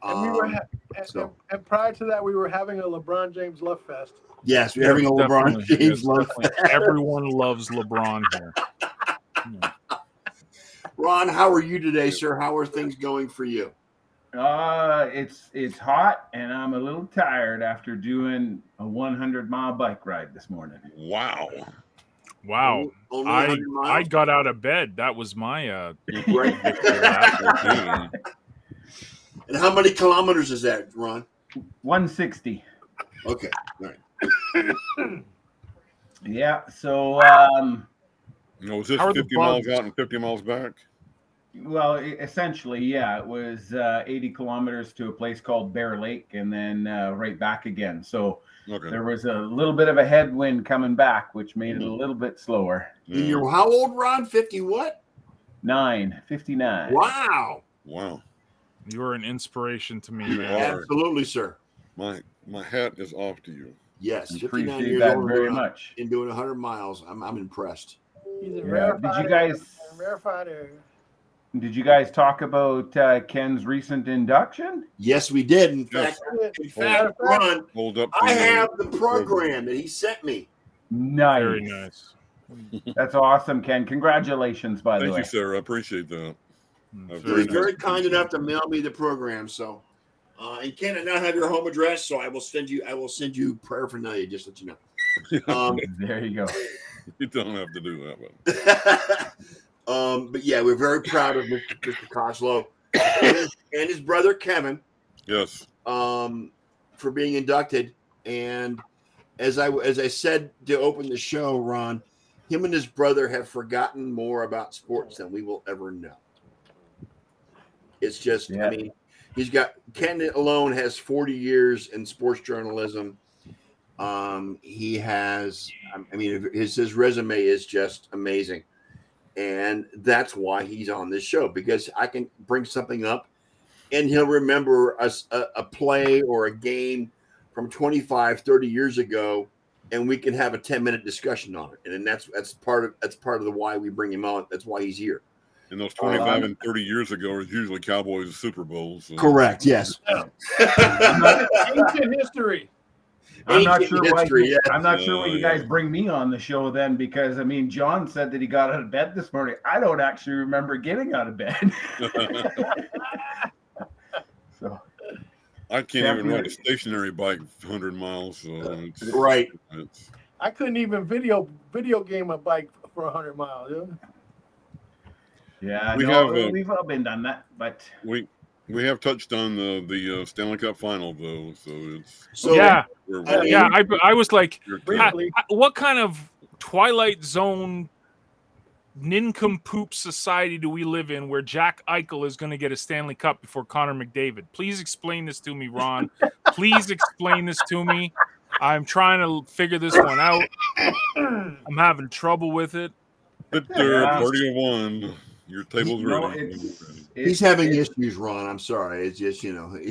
A: and, we were
B: Um,
A: ha- and,
B: so.
A: and, and prior to that, we were having a LeBron James love fest.
B: yes, we're having a LeBron
C: Definitely.
B: James
C: Yes,
B: love.
C: definitely. Everyone loves LeBron here.
B: Ron, how are you today, sir? How are things going for you?
E: uh, it's it's hot, and I'm a little tired after doing a 100 mile bike ride this morning.
D: wow.
C: Wow.
B: Only
C: I
B: 100
C: I
B: miles?
C: got out of bed. That was my uh
B: Right. and how many kilometers is that, Ron?
E: 160.
B: Okay.
E: Yeah. So, um,
D: No, is this
C: How are the
D: 50 miles
C: bugs?
D: out and 50 miles back?
E: well, e- essentially, yeah, it was uh, 80 kilometers to a place called Bear Lake, and then uh, right back again. So
D: Okay.
E: there was a little bit of a headwind coming back, which made it
B: Mm-hmm.
E: a little bit slower.
B: And
D: Yeah.
B: you're how old, Ron? 50 what?
E: Nine fifty-nine.
B: Wow.
D: Wow.
C: you were an inspiration to me,
D: You
C: man.
D: are.
B: Absolutely, sir.
D: My my hat is off to you.
B: Yes. 59
E: Appreciate
B: years
E: that
B: old
E: very
B: and doing-
E: much.
B: and doing 100 miles. I'm, I'm impressed.
A: He's a
E: Yeah,
A: rarefied
E: did you
A: air,
E: guys-
A: a rarefied air.
E: Did you guys talk about uh, Ken's recent induction?
B: Yes, we did. In fact,
D: Yes.
B: In
A: Matter
B: fact,
A: of fact-
B: Ron,
D: Hold up.
B: I
D: to-
B: have the program that he sent me.
E: Nice.
C: Very nice.
E: That's awesome, Ken. Congratulations, by the
D: Thank
E: way.
D: you, sir. I appreciate that.
C: Mm,
B: He
D: Very
B: was
D: nice.
B: very kind enough to mail me the program. So, uh, and Ken, I now have your home address, so I will send you. I will send you paraphernalia. Just to let you know. Um,
E: There you go.
D: You don't have to do that, but
B: um, but yeah, we're very proud of Mr. Mr. Coslow and his brother Kevin.
D: yes.
B: um, for being inducted. And as I as I said to open the show, Ron, him and his brother have forgotten more about sports than we will ever know. It's just,
E: Yeah.
B: I mean, He's got Ken alone has 40 years in sports journalism. Um, he has, I mean, his, his resume is just amazing. And that's why he's on this show because I can bring something up and he'll remember a, a, a play or a game from 25, 30 years ago. And we can have a 10 minute discussion on it. And, then that's, that's part of, that's part of the why we bring him on. That's why he's here.
D: And those 25 and 30 years ago is usually Cowboys Super Bowls. so-
B: Correct. Yes.
A: Ancient history.
E: I'm not sure
B: Ancient
E: why.
B: history, yeah.
E: I'm not sure why
D: Oh,
E: you
D: yeah.
E: guys bring me on the show then, because I mean, John said that he got out of bed this morning. I don't actually remember getting out of bed. so
D: I can't even ride
E: Definitely.
D: a stationary bike 100 miles. So it's,
B: Right.
D: it's-
A: I couldn't even video video game a bike for 100 miles. yeah.
E: yeah,
D: We
E: we
D: have, uh,
E: we've all been done that, but
D: we we have touched on the the uh, Stanley Cup final though, so it's
B: So
C: yeah,
D: we're,
E: Oh,
B: I mean-
C: yeah. I, I was like,
D: you're-
A: Briefly,
C: I- what kind of Twilight Zone nincompoop society do we live in where Jack Eichel is going to get a Stanley Cup before Connor McDavid? Please explain this to me, Ron. Please explain this to me. I'm trying to figure this one out.
E: Uh,
C: I'm having trouble with it.
D: Victor,
E: Yeah.
D: 31. Your table's
E: you know,
D: ready.
E: it's,
B: He's
E: it's-
B: having
E: it's-
B: issues, Ron. I'm sorry. It's just, you know,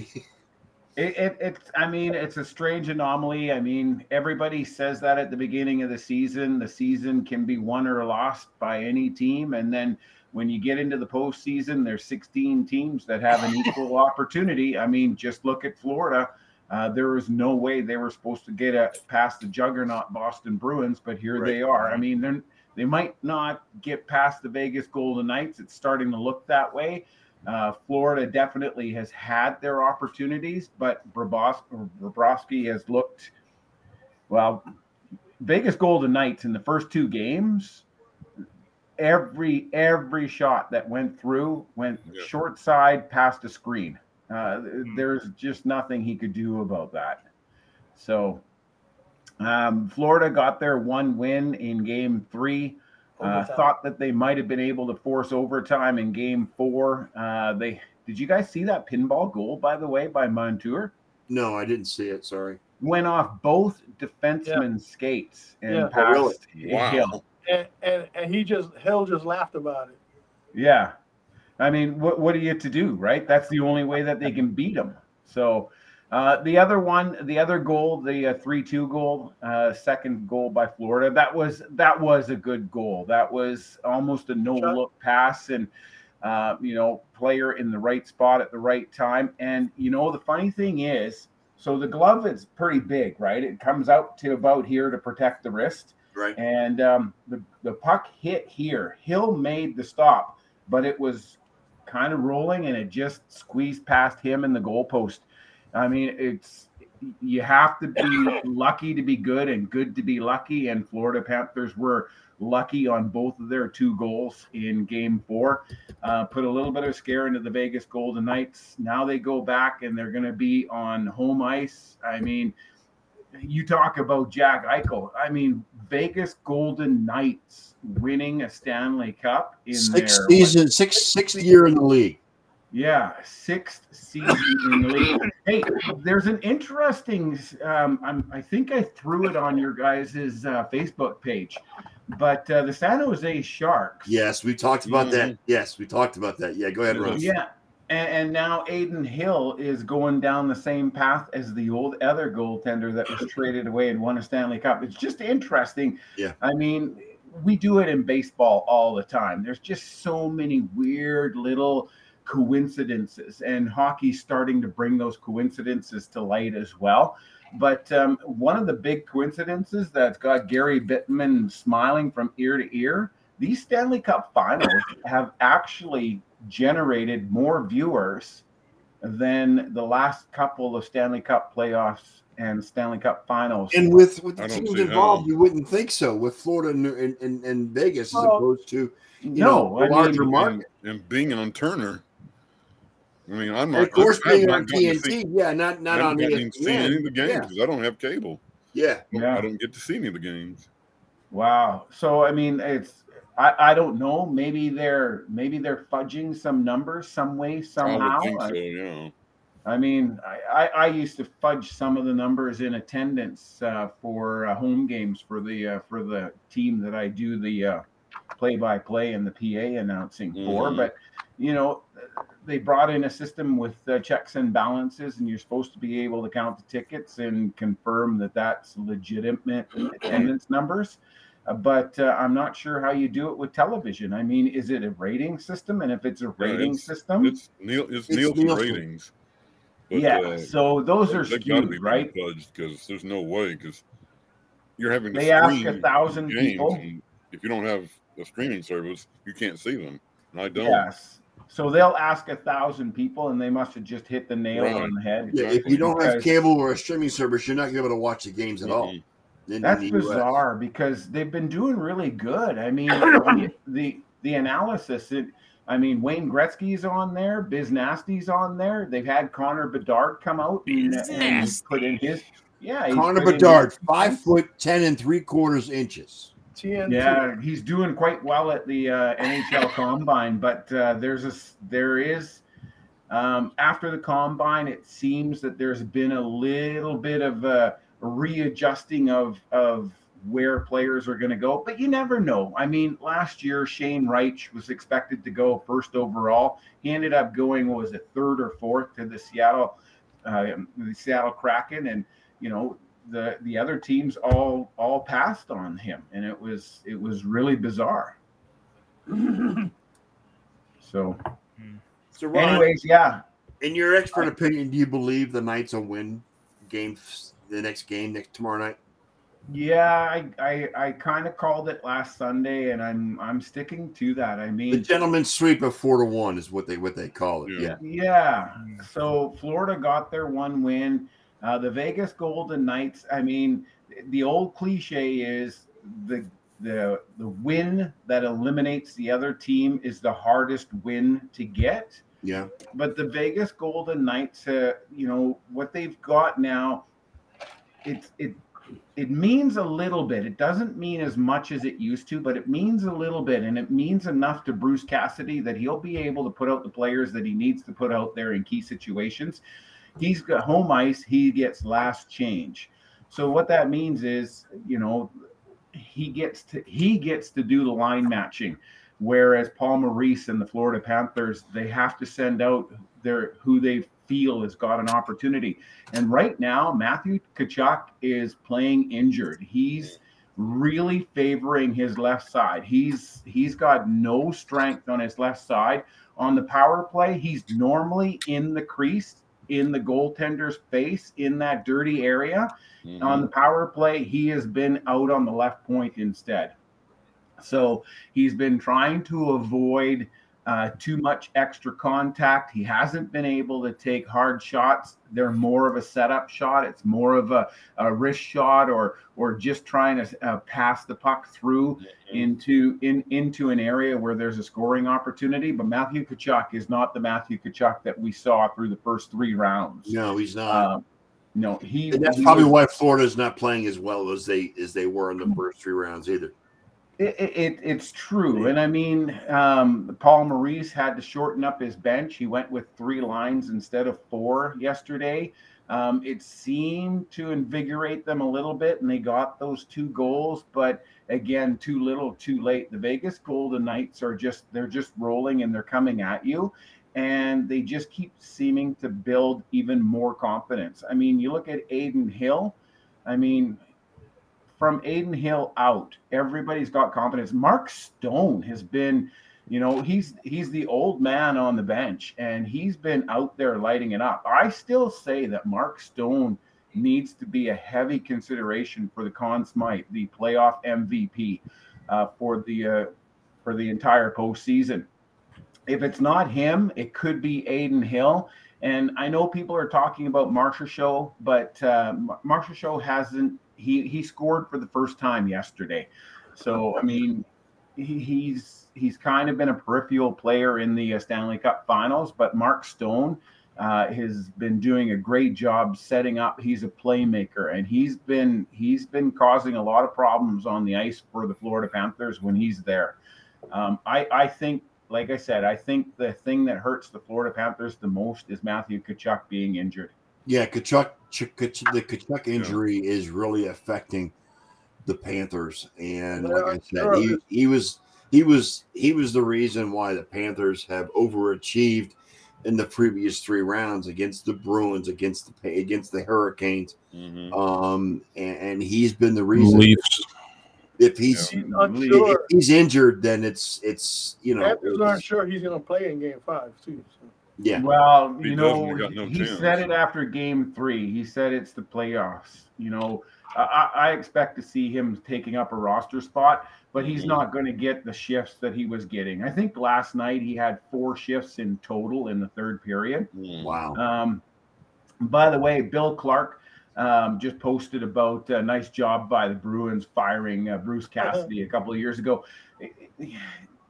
E: It, it, it's, I mean, it's a strange anomaly. I mean, everybody says that at the beginning of the season. The season can be won or lost by any team. And then when you get into the postseason, there's 16 teams that have an equal opportunity. I mean, just look at Florida. Uh, there was no way they were supposed to get a, past the juggernaut Boston Bruins, but here
B: Right.
E: they are. I mean, they're, they might not get past the Vegas Golden Knights. It's starting to look that way. Uh, Florida definitely has had their opportunities, but Brobos- Bobrovsky has looked well. Vegas Golden Knights in the first two games, every every shot that went through went
D: Yeah.
E: short side past a screen. Uh, there's just nothing he could do about that. So, um, Florida got their one win in Game Three uh,
A: overtime.
E: thought that they might have been able to force overtime in game four. Uh, they did you guys see that pinball goal by the way by Montour?
B: no, I didn't see it. Sorry.
E: Went off both defensemen's skates and
A: Yeah.
B: Oh, really?
E: passed
D: Wow.
E: Hill.
A: and, and and he just Hill just laughed about it.
E: Yeah, I mean, what what are you to do, right? That's the only way that they can beat them. So. Uh, the other one, the other goal, the uh, three-two goal, uh, second goal by Florida. That was that was a good goal. That was almost a no-look pass, and uh, you know, player in the right spot at the right time. And you know, the funny thing is, so the glove is pretty big, right? It comes out to about here to protect the wrist.
B: Right.
E: And um, the the puck hit here. Hill made the stop, but it was kind of rolling, and it just squeezed past him and the goalpost. I mean, it's you have to be lucky to be good and good to be lucky. And Florida Panthers were lucky on both of their two goals in Game Four uh, put a little bit of scare into the Vegas Golden Knights. Now they go back and they're going to be on home ice. I mean, you talk about Jack Eichel. I mean, Vegas Golden Knights winning a Stanley Cup in
B: Six
E: their
B: season, six sixth year in the league.
E: yeah, sixth season in the league. Hey, there's an interesting. Um, I'm, I think I threw it on your guys' uh, Facebook page, but uh, the San Jose Sharks.
B: Yes, we talked about that. Yes, we talked about that. Yeah, go ahead, Ron.
E: Yeah. And, and now Aiden Hill is going down the same path as the old other goaltender that was traded away and won a Stanley Cup. It's just interesting.
B: Yeah.
E: I mean, we do it in baseball all the time. There's just so many weird little coincidences, and hockey's starting to bring those coincidences to light as well. But um, one of the big coincidences that's got Gary Bittman smiling from ear to ear these Stanley Cup finals have actually generated more viewers than the last couple of Stanley Cup playoffs and Stanley Cup finals.
B: And with, with
D: I
B: the
D: don't
B: teams
D: see how.
B: involved, you wouldn't think so. With Florida and, and, and, and Vegas, as
A: Well,
B: opposed to you know, the
E: no, I mean,
B: larger market.
D: And, and being on Turner. I mean, I'm
B: And
D: not.
B: of course,
D: I've
B: being
D: not
B: on
D: gotten to see-
B: TNT, yeah, not
D: I
B: not on E
D: haven't gotten to see any of the
B: ESPN.
D: games
B: Yeah,
D: because I don't have cable.
B: yeah,
E: Yeah.
D: I don't get to see any of the games.
E: Wow. So I mean, it's I, I don't know. Maybe they're maybe they're fudging some numbers some way
D: I
E: somehow.
D: would think
E: I-
D: so. Yeah.
E: I mean, I, I, I used to fudge some of the numbers in attendance uh, for uh, home games for the uh, for the team that I do the play by play and the PA announcing for.
D: Mhm.
E: But you know, they brought in a system with uh, checks and balances, and you're supposed to be able to count the tickets and confirm that that's legitimate attendance numbers. Uh, But uh, I'm not sure how you do it with television. I mean, is it a rating system? And if it's a rating
D: it's-
E: system,
D: It's Neil. It's,
B: It's
D: Nielsen,
B: Nielsen.
D: ratings.
E: yeah.
D: uh,
E: so those are
D: they gotta be
E: skewed, right?
D: because there's no way because you're having to
E: They ask a
D: stream
E: thousand
D: games,
E: people.
D: and if you don't have a streaming service, you can't see them. And I don't.
E: Yes. So they'll ask a thousand people, and they must have just hit the nail
D: Right.
E: on the head.
B: Yeah, if you don't have cable or a streaming service, you're not going to be able to watch the games at all. in- in
E: That's
B: the US.
E: bizarre because they've been doing really good. I mean, the- the the analysis. It, I mean, Wayne Gretzky's on there, Biz Nasty's on there. They've had Connor Bedard come out and,
C: Biz
E: and put in his. Yeah, he's
B: Connor
E: put in his-
B: Bedard, five foot ten and three quarters inches.
A: TNT.
E: Yeah, he's doing quite well at the uh, NHL Combine, but uh, there's a s- there is um, after the Combine, it seems that there's been a little bit of a readjusting of of where players are going to go, but you never know. I mean, last year Shane Reich was expected to go first overall. He ended up going what was it third or fourth to the Seattle uh, the Seattle Kraken, and you know the the other teams all all passed on him and it was it was really bizarre so
B: So, Ron,
E: anyways yeah
B: in your expert opinion, do you believe the Knights will win games the next game next tomorrow night?
E: yeah i i, I kind of called it last sunday and i'm i'm sticking to that i
B: The
E: mean
B: gentleman's sweep of four to one is what they what they call it.
D: Yeah.
B: Yeah,
E: yeah so florida got their one win uh, the vegas golden knights i mean the old cliche is the the the win that eliminates the other team is the hardest win to get
B: yeah.
E: but the Vegas Golden Knights, uh, you know what they've got now. It it it means a little bit. It doesn't mean as much as it used to, but it means a little bit, and it means enough to Bruce Cassidy that he'll be able to put out the players that he needs to put out there in key situations. He's got home ice. He gets last change. So what that means is, you know, he gets to he gets to do the line matching whereas Paul Maurice and the Florida Panthers, they have to send out their who they feel has got an opportunity. And right now, Matthew Kachuk is playing injured. He's really favoring his left side. He's he's got no strength on his left side. On the power play, he's normally in the crease, in the goaltender's face, in that dirty area.
D: Mhm.
E: On the power play, he has been out on the left point instead. So he's been trying to avoid uh, too much extra contact. He hasn't been able to take hard shots. They're more of a setup shot. It's more of a, a wrist shot or or just trying to uh, pass the puck through into in into an area where there's a scoring opportunity. But Matthew Kachuk is not the Matthew Kachuk that we saw through the first three rounds.
B: No, he's not.
E: Um, no, he.
B: and that's
E: he
B: probably
E: was-
B: why Florida's not playing as well as they as they were in the
A: Mm-hmm.
B: first three rounds either.
E: It, it, it- it's true. And I mean, um, Paul Maurice had to shorten up his bench. He went with three lines instead of four yesterday. Um, it seemed to invigorate them a little bit, and they got those two goals. But again, too little, too late. The Vegas Golden Knights are just, they're just rolling and they're coming at you. And they just keep seeming to build even more confidence. I mean, you look at Aiden Hill. I mean, from Aiden Hill out, everybody's got confidence. Mark Stone has been, you know, he's he's the old man on the bench, and he's been out there lighting it up. I still say that Mark Stone needs to be a heavy consideration for the Conn Smythe, the playoff MVP uh, for the uh, for the entire postseason. If it's not him, it could be Aiden Hill. And I know people are talking about Marsha Show, but uh, Mar- Marsha Show hasn't. He he scored for the first time yesterday, so I mean, he, he's he's kind of been a peripheral player in the uh, Stanley Cup Finals. But Mark Stone uh, has been doing a great job setting up. He's a playmaker, and he's been he's been causing a lot of problems on the ice for the Florida Panthers when he's there. Um, I I think like I said, I think the thing that hurts the Florida Panthers the most is Matthew Kachuk being injured.
B: Yeah, Kachuk, Ch- Kach- the Kachuk injury is really affecting the Panthers, and like I said, he, he was he was he was the reason why the Panthers have overachieved in the previous three rounds against the Bruins, against the Pa- against the Hurricanes,
D: Mhm.
B: um, and, and he's been the reason.
C: Leafs.
B: If he's
A: He's not
E: Lee-
B: if
A: sure.
B: he's injured, then it's it's you know
A: Panthers aren't sure he's going to play in game five, too. So.
B: yeah
E: Well,
D: He
E: you
D: doesn't,
E: know,
D: he got no
E: he
D: chance.
E: said it after game three. He said it's the playoffs. You know, I, I I expect to see him taking up a roster spot, but he's
D: Mhm.
E: not going to get the shifts that he was getting. I think last night he had four shifts in total in the third period.
D: Mhm.
B: wow
E: Um, by the way, Bill Clark um, just posted about a nice job by the Bruins firing uh, Bruce Cassidy a couple of years ago.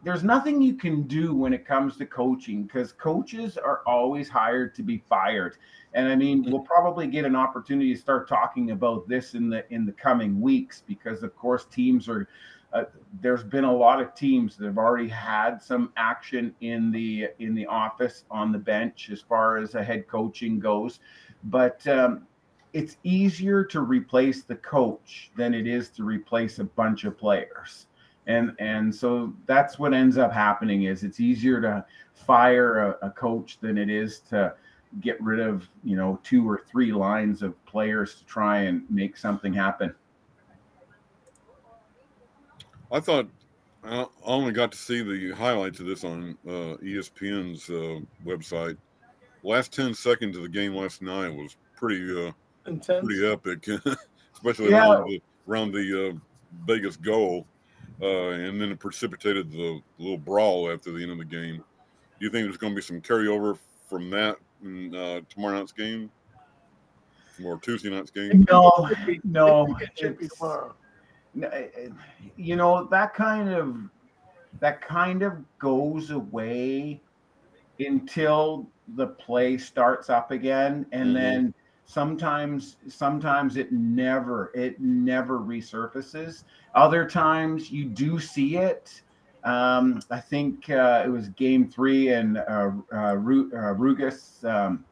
E: There's nothing you can do when it comes to coaching because coaches are always hired to be fired. And I mean, we'll probably get an opportunity to start talking about this in the in the coming weeks because, of course, teams are. Uh, there's been a lot of teams that have already had some action in the in the office on the bench as far as a head coaching goes, but um, it's easier to replace the coach than it is to replace a bunch of players. And, and so that's what ends up happening is it's easier to fire a, a coach than it is to get rid of you know two or three lines of players to try and make something happen
D: I thought I only got to see the highlights of this on uh, ESPN's uh, website. Last ten seconds of the game last night was pretty uh,
A: Intense.
D: pretty epic, especially
E: Yeah.
D: around the, around the uh, Vegas goal, uh, and then it precipitated the little brawl after the end of the game. Do you think there's going to be some carryover from that in uh, tomorrow night's game or Tuesday night's game?
E: no no
A: It should be
E: it's-
A: tomorrow.
E: N- I- you know that kind of that kind of goes away until the play starts up again and
D: Mhm.
E: then sometimes sometimes it never it never resurfaces other times you do see it um i think uh it was game three and uh uh, Ru- uh rugas um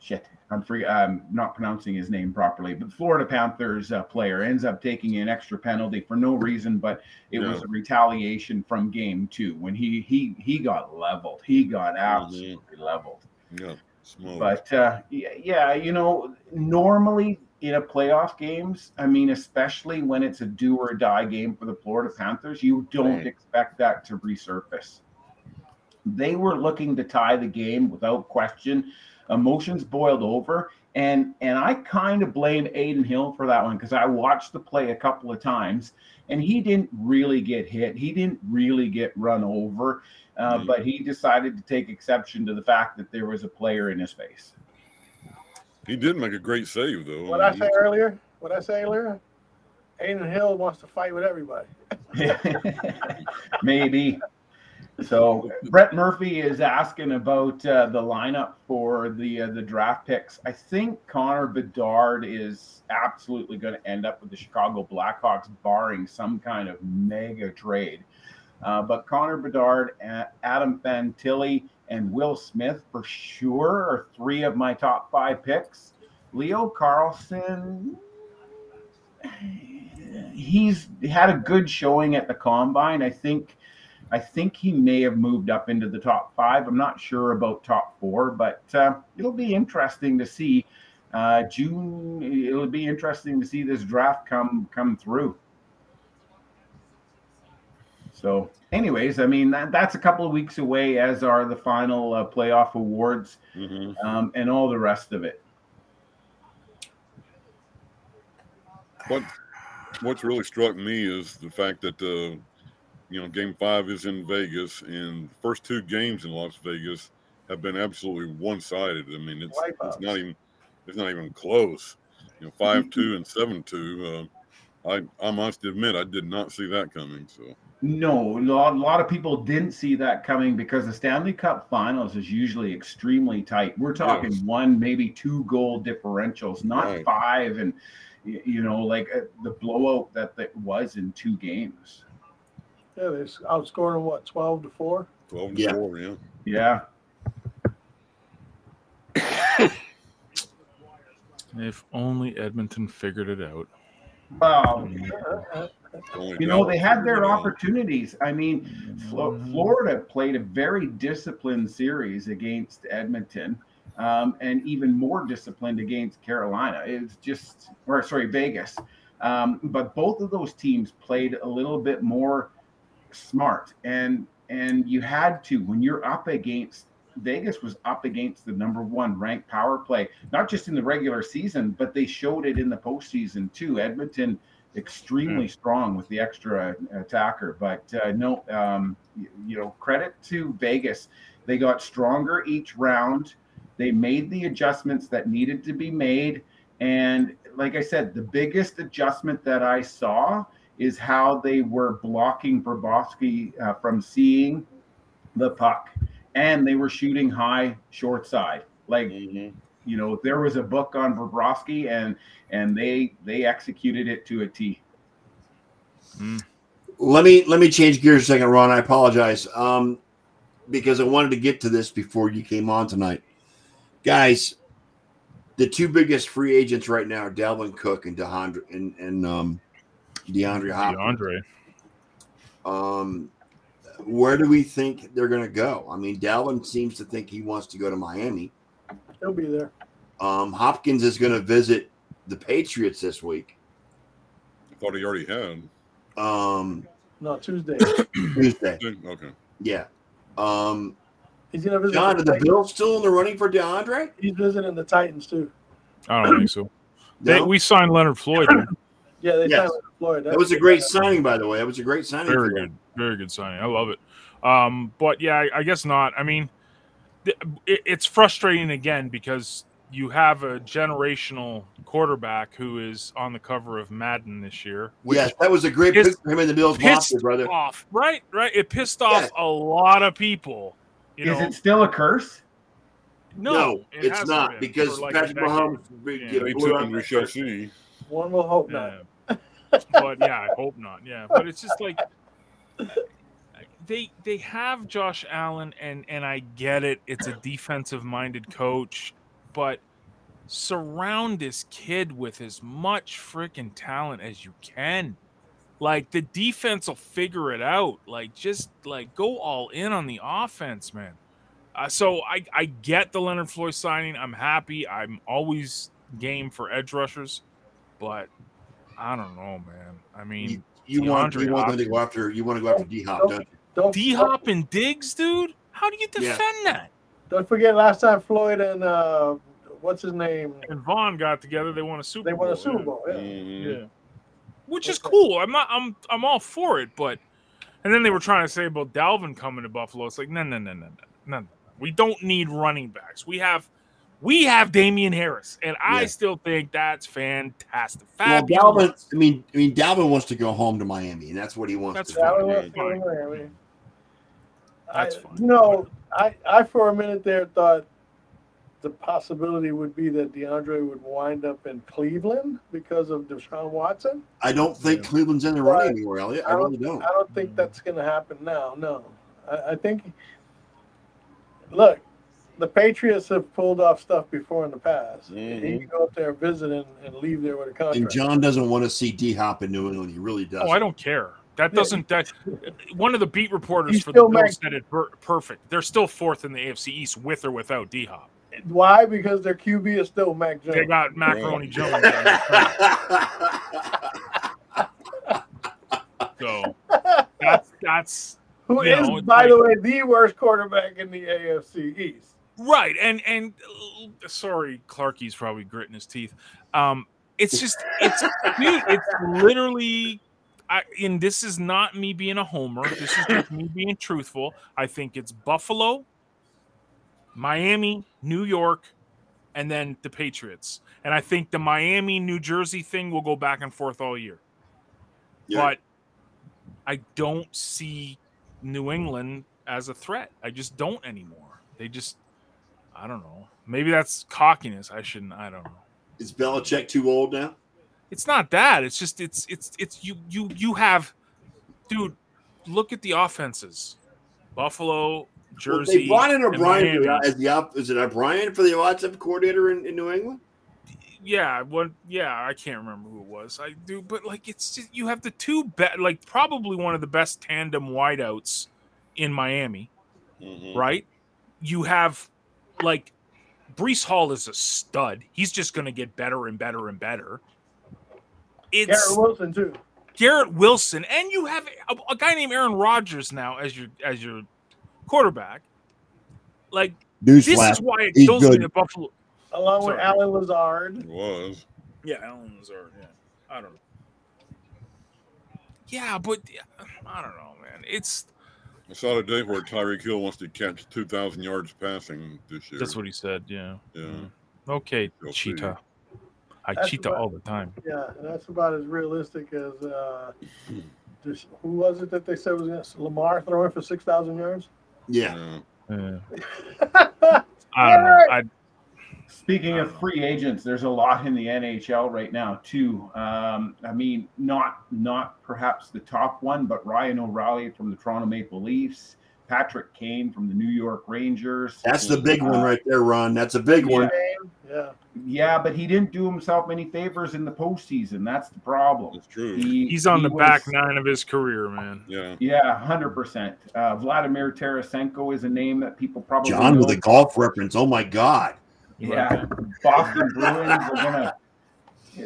E: shit i'm free i'm not pronouncing his name properly but florida panthers uh, player ends up taking an extra penalty for no reason but it was
D: Yeah.
E: a retaliation from game two when he he he got leveled he got absolutely leveled
D: Yeah, smoke.
E: but uh, yeah, yeah, you know, normally in a playoff games, I mean, especially when it's a do or die game for the Florida Panthers, you don't
D: Right.
E: expect that to resurface. They were looking to tie the game without question. Emotions boiled over, and and I kind of blame Aiden Hill for that one because I watched the play a couple of times, and he didn't really get hit. He didn't really get run over uh,
D: Mhm.
E: but he decided to take exception to the fact that there was a player in his face.
D: he did make a great save though. Mm-hmm.
A: What I say earlier, what I say earlier, Aiden Hill wants to fight with everybody.
E: Maybe. So Brett Murphy is asking about uh, the lineup for the uh, the draft picks. I think Connor Bedard is absolutely going to end up with the Chicago Blackhawks, barring some kind of mega trade. Uh, but Connor Bedard, A- Adam Fantilli, and Will Smith for sure are three of my top five picks. Leo Carlson, he's had a good showing at the combine. I think, I think he may have moved up into the top five. I'm not sure about top four, but uh, it'll be interesting to see. Uh, June, it'll be interesting to see this draft come come through. So, anyways, I mean that, that's a couple of weeks away, as are the final uh, playoff awards
D: hmm
E: um, and all the rest of it.
D: What What's really struck me is the fact that uh, you know Game Five is in Vegas, and the first two games in Las Vegas have been absolutely one-sided. I mean, it's it's
A: Wipeouts.
D: not even it's not even close. You know, five two and seven two. Uh, I I must admit I did not see that coming. So
E: No, a lot, a lot of people didn't see that coming because the Stanley Cup Finals is usually extremely tight. We're talking
D: Yes.
E: one, maybe two goal differentials, not
D: Right.
E: five, and y- you know, like uh, the blowout that that was in two games.
A: Yeah, they outscored them what twelve to four.
D: Twelve and
B: Yeah.
D: four, yeah.
E: Yeah.
C: If only Edmonton figured it out.
E: Wow.
D: Mm-hmm.
B: Uh-huh.
D: Only
E: You know,
D: Dallas
E: they had their
D: figured it out.
E: opportunities. I mean, Flo- Florida played a very disciplined series against Edmonton, um, and even more disciplined against Carolina. It's just, or sorry, Vegas. Um, but both of those teams played a little bit more smart, and and you had to when you're up against. Vegas was up against the number one ranked power play, not just in the regular season, but they showed it in the postseason too. Edmonton extremely strong with the extra attacker. But uh, no, um, y- you know, credit to Vegas. They got stronger each round. They made the adjustments that needed to be made. And like I said, the biggest adjustment that I saw is how they were blocking Bobrovsky uh, from seeing the puck, and they were shooting high, short side. Like
D: Mhm.
E: you know, there was a book on Bobrovsky, and and they they executed it to a T.
B: Let me let me change gears a second, Ron. I apologize. Um, because I wanted to get to this before you came on tonight. Guys, the two biggest free agents right now are Dalvin Cook and DeAndre and, and um DeAndre Hopkins.
C: DeAndre.
B: Um where do we think they're gonna go? I mean, Dalvin seems to think he wants to go to Miami.
A: He'll be there.
B: Um, Hopkins is gonna visit the Patriots this week.
D: I thought he already had.
B: Um
A: No, Tuesday.
B: Tuesday.
D: Okay.
B: Yeah. Um
A: He's gonna visit.
B: John,
A: the
B: are the
A: Titans.
B: Bills still in the running for DeAndre?
A: He's visiting the Titans too.
C: I don't think so. They,
B: No?
C: we signed Leonard Floyd. man.
A: Yeah, they
B: Yes.
A: signed him to Florida.
B: That was a great signing, by the way. That was a great signing.
C: Very
B: for them.
C: good. Very good signing. I love it. Um, but yeah, I, I guess not. I mean, th- it, it's frustrating again because you have a generational quarterback who is on the cover of Madden this year, which
B: Yes, that was a great
C: pissed-
B: pick for him in the Bills
C: pissed
B: Mafia, brother.
C: off, right? Right. It pissed off
B: Yes.
C: a lot of people. You
E: Is
C: know,
E: it still a curse?
C: no,
B: No,
C: it
B: it's
C: hasn't
B: not
C: been
B: because
C: for, like, a
B: Patrick
C: decade.
B: Mahomes
C: Yeah,
D: Stay
B: blew
D: tuned.
B: out
D: we
B: that
D: shall
B: first-
D: see.
A: One will hope not.
C: Yeah. but yeah, I hope not. Yeah, but it's just like they they have Josh Allen, and and I get it. It's a defensive minded coach, but surround this kid with as much freaking talent as you can. Like the defense will figure it out. Like just like go all in on the offense, man. Uh, so I I get the Leonard Floyd signing. I'm happy. I'm always game for edge rushers, but I don't know, man. I mean,
B: You want
C: DeAndre
B: you want them to go
C: Hopkins.
B: after you want to go after D Hop, don't you?
A: Don't
C: D Hop and Diggs, dude. How do you
B: Yeah.
C: defend that?
A: Don't forget last time Floyd and uh, what's his name?
C: And Vaughn got together. They won a Super.
A: They won a
C: Bowl,
A: Super Bowl. Yeah.
D: Mhm.
C: Yeah. Which is
A: Okay.
C: cool. I'm not. I'm. I'm all for it. But, and then they were trying to say about Dalvin coming to Buffalo. It's like no, no, no, no, no, no. no. We don't need running backs. We have, we have Damian Harris, and I
B: Yeah.
C: still think that's fantastic.
B: Well,
C: Fabulous.
B: Dalvin. I mean, I mean, Dalvin wants to go home to Miami, and that's what he wants.
C: That's
B: to do.
A: Yeah, I
C: fine.
A: went
C: Fine.
A: with Miami.
C: That's
A: I-
C: fine.
A: You know, I, I for a minute there thought the possibility would be that DeAndre would wind up in Cleveland because of Deshaun Watson.
B: I don't think
C: Yeah.
B: Cleveland's in the
A: Right.
B: running anywhere, Elliot. I
A: I
B: really don't.
A: I don't
C: Mm.
A: think that's going to happen now. No, I, I think. Look, the Patriots have pulled off stuff before in the past. He
D: Mhm.
A: can go up there and visit and, and leave there with a contract.
B: And John doesn't want to see D Hop in New England. He really does.
C: Oh, I don't care. That
A: Yeah.
C: doesn't. That one of the beat reporters
A: You
C: for the
A: still
C: Bills
A: make-
C: said it per- perfect. They're still fourth in the AFC East with or without D Hop.
A: Why? Because their QB is still Mac Jones.
C: They got Macaroni Jones. on their team.
B: don't.
C: So that's that's
A: Who
C: You
A: is,
C: know, it's
A: by
C: like-
A: the way, the worst quarterback in the AFC East.
C: right. And and uh, sorry, Clarky's probably gritting his teeth. Um, it's just it's dude, it's literally. I, and this is not me being a homer. This is just me being truthful. I think it's Buffalo, Miami, New York, and then the Patriots. And I think the Miami New Jersey thing will go back and forth all year.
B: Yeah.
C: But I don't see New England as a threat. I just don't anymore. They just I don't know. Maybe that's cockiness. I shouldn't I don't know.
B: Is Belichick too old now?
C: It's not that. It's just it's it's it's you you you have dude look at the offenses. Buffalo,
B: Well,
C: Jersey.
B: they brought in
C: and
B: O'Brien to
C: Miami.
B: the- as the op- is it O'Brien for the offensive coordinator in, in New England?
C: yeah, one yeah, I can't remember who it was. I do, but like it's just, you have the two bet like probably one of the best tandem wideouts in Miami,
D: Mm-hmm.
C: right? You have like Brees Hall is a stud. He's just gonna get better and better and better. It's
A: Garrett Wilson too.
C: Garrett Wilson, and you have a, a guy named Aaron Rodgers now as your as your quarterback. Like this is why it
B: He's
C: kills me
B: good.
C: that Buffalo.
A: Along with
C: Sorry.
A: Alan Lazard.
D: It was.
C: Yeah, Allen Lazard. Yeah, I don't know. Yeah, but yeah, I don't know, man. It's
D: I saw today where Tyreek Hill wants to catch 2,000 yards passing this year.
C: that's what he said. Yeah.
D: yeah.
C: Okay,
D: You'll see.
C: cheetah. I
A: That's
C: cheetah
A: what-
C: all the time.
A: Yeah, that's about as realistic as uh, this, who was it that they said was against Lamar throwing for six thousand yards?
B: Yeah.
C: Yeah.
A: yeah,
C: I don't know. I,
E: Speaking
C: I
E: of
C: don't know.
E: free agents, there's a lot in the NHL right now too. Um, I mean, not not perhaps the top one, but Ryan O'Reilly from the Toronto Maple Leafs, Patrick Kane from the New York Rangers. Uh,
B: That's the big one right there, Ron. That's a big one.
E: Yeah, but he didn't do himself many favors in the postseason. That's the problem.
D: That's true.
E: He,
C: he's on
E: he
C: the
E: was-
C: back nine of his career, man.
D: Yeah.
E: Yeah, hundred percent. Uh, Vladimir Tarasenko is a name that people probably
B: John with
E: know.
B: a golf reference. Oh my God.
E: Yeah, Boston Bruins are gonna.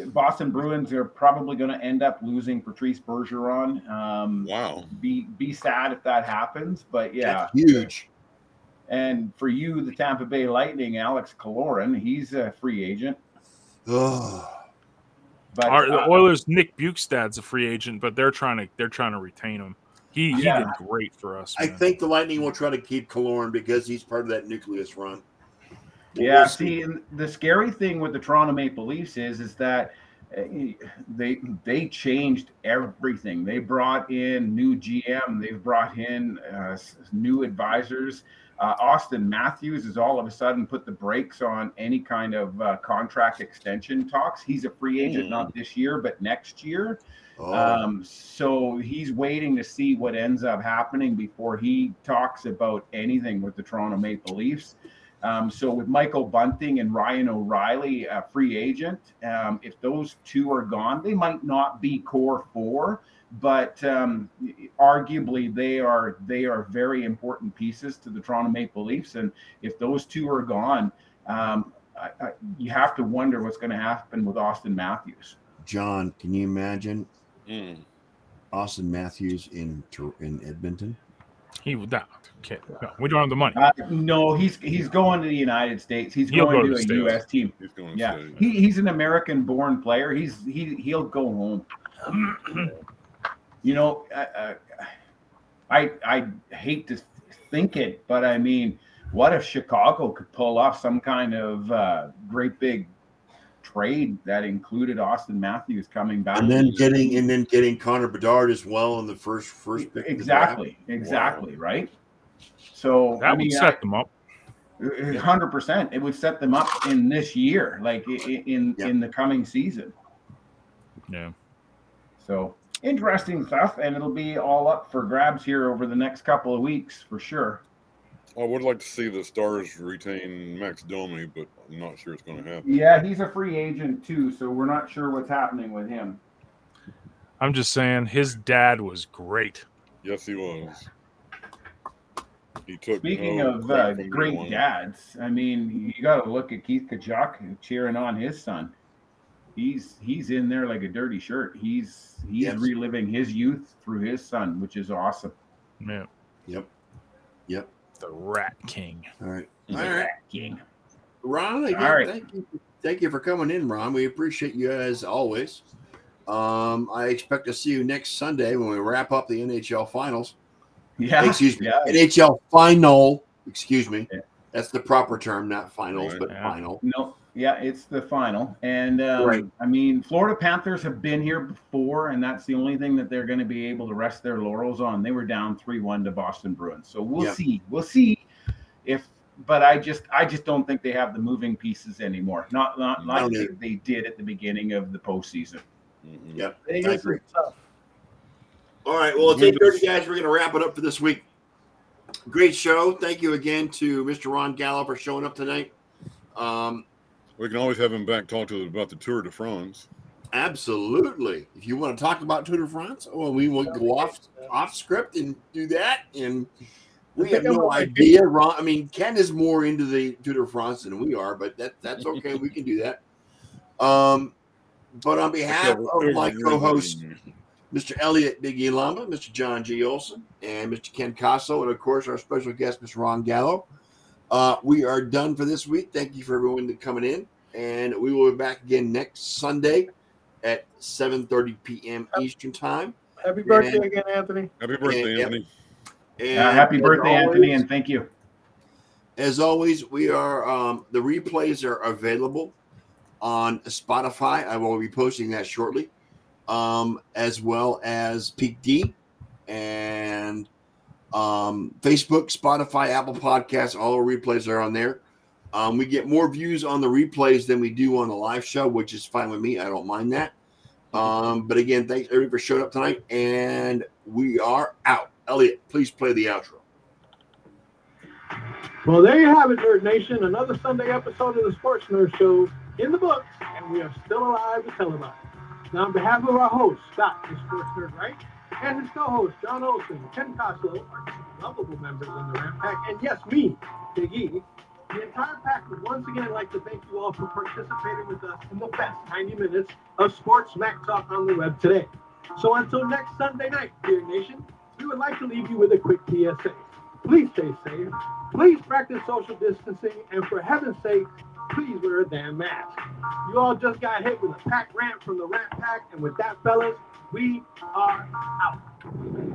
E: Boston Bruins are probably gonna end up losing Patrice Bergeron. Um,
D: Wow.
E: be be sad if that happens, but yeah.
B: That's huge.
E: And for you, the Tampa Bay Lightning, Alex Kaloran, he's a free agent.
B: Ugh.
E: But
C: Our,
E: uh,
C: the Oilers' Nick Bukestad's a free agent, but they're trying to they're trying to retain him. He he
E: Yeah.
C: did great for us.
B: I
C: man.
B: think the Lightning will try to keep Kaloran because he's part of that nucleus, Ron.
E: Yeah, see, and the scary thing with the Toronto Maple Leafs is is that uh, they they changed everything. They brought in new GM. They've brought in uh, s- new advisors. Uh, Austin Matthews has all of a sudden put the brakes on any kind of uh, contract extension talks. He's a free agent
D: Hmm.
E: not this year, but next year.
B: Oh,
E: Um, so he's waiting to see what ends up happening before he talks about anything with the Toronto Maple Leafs. Um, so with Michael Bunting and Ryan O'Reilly, a free agent, um, if those two are gone, they might not be core four, but um, arguably they are they are very important pieces to the Toronto Maple Leafs. And if those two are gone, um, I, I, you have to wonder what's going to happen with Austin Matthews.
B: John, can you imagine
D: Mm.
B: Austin Matthews in Tor- in Edmonton?
C: he would not. Okay, no, we don't have the money.
E: Uh, no, he's he's going to the United States. He's
C: He'll
E: going
C: go to
E: to,
C: the
E: a
C: States.
E: U.S. team.
D: He's going to
E: Yeah,
D: stay.
E: he, he's an American-born player. He's he he'll go home. you know, I, I I I hate to think it, but I mean, what if Chicago could pull off some kind of uh, great big trade that included Austin Matthews coming back?
B: And then getting and then getting Connor Bedard as well in the first first pick. of the draft.
E: exactly, exactly, right. So
C: That
E: I mean,
C: would
E: I-
C: set them up.
E: hundred percent. It would set them up in this year, like i- i- in
B: Yeah.
E: in the coming season.
C: Yeah.
E: So interesting stuff, and it'll be all up for grabs here over the next couple of weeks for sure.
D: I would like to see the Stars retain Max Domi, but I'm not sure it's
E: Mm.
D: going to happen.
E: Yeah, he's a free agent too, so we're not sure what's happening with him.
C: I'm just saying his dad was great.
D: Yes, he was. He took.
E: Speaking
B: Oh,
D: no
E: of
D: crap
E: uh,
D: from
E: great
D: anyone.
E: dads, I mean, you got to look at Keith Kachuk cheering on his son. He's he's in there like a dirty shirt. He's he's
B: Yes.
E: reliving his youth through his son, which is awesome.
C: Yeah.
B: Yep. Yep.
C: The rat king.
B: All right. All
D: Mhm.
B: right.
E: King.
B: Ron, again,
E: All right.
B: thank you. Thank you for coming in, Ron. We appreciate you as always. Um, I expect to see you next Sunday when we wrap up the NHL finals.
E: Yeah.
B: Excuse me.
E: Yeah.
B: NHL final. Excuse me. That's the proper term, not finals,
D: Right.
B: but
C: Yeah.
B: final.
E: No, yeah, it's the final, and um,
B: Right.
E: I mean, Florida Panthers have been here before, and that's the only thing that they're going to be able to rest their laurels on. They were down three-one to Boston Bruins, so we'll
B: Yeah.
E: see. We'll see if, but I just, I just don't think they have the moving pieces anymore. Not, not
D: I
E: like
B: don't
E: they,
B: either.
E: they did at the beginning of the postseason. Uh,
D: Mhm.
B: Yeah. I
A: Vegas
B: agree.
A: is tough.
B: All right. Well, it's 8.30, guys. We're going to wrap it up for this week. Great show. Thank you again to Mr. Ron Gallup for showing up tonight. Um,
D: We can always have him back talk to us about the Tour de France.
B: absolutely. If you want to talk about Tour de France, well, we will go off off script and do that. And we have no idea. Ron, I mean, Ken is more into the Tour de France than we are, but that that's okay. we can do that. Um, but on behalf
E: Oh,
B: of my co-host Mr. Elliot Big E Lamba, Mr. John G. Olson, and Mr. Ken Casso, and of course our special guest, Mr. Ron Gallo. Uh, we are done for this week. Thank you for everyone that coming in, and we will be back again next Sunday at 7:30 p.m. Eastern Time.
A: Happy birthday again, Anthony.
D: Happy birthday,
B: Yeah.
D: Anthony.
B: And
E: Uh, happy
B: as
E: birthday, Anthony,
B: always-
E: and thank you.
B: As always, we are um, the replays are available on Spotify. I will be posting that shortly, um, as well as Peak D and um, Facebook, Spotify, Apple Podcasts. All our replays are on there. Um, we get more views on the replays than we do on the live show, which is fine with me. I don't mind that. Um, but again, thanks everybody for showing up tonight, and we are out. Elliot, please play the outro.
F: Well, there you have it, Nerd Nation. Another Sunday episode of the Sports Nerd Show in the books, and we are still alive to tell about it. Now, on behalf of our host, Scott, the Sports Nerd, right? And his co-host, John Olson, Ken Costello, our two lovable members in the Ram Pack, and yes, me, Big E, the entire pack would once again like to thank you all for participating with us in the best 90 minutes of Sports Mac Talk on the web today. So until next Sunday night, dear nation, we would like to leave you with a quick PSA. Please stay safe. Please practice social distancing, and for heaven's sake, please wear a damn mask. You all just got hit with a pack rant from the Rat Pack, and with that, fellas, we are out.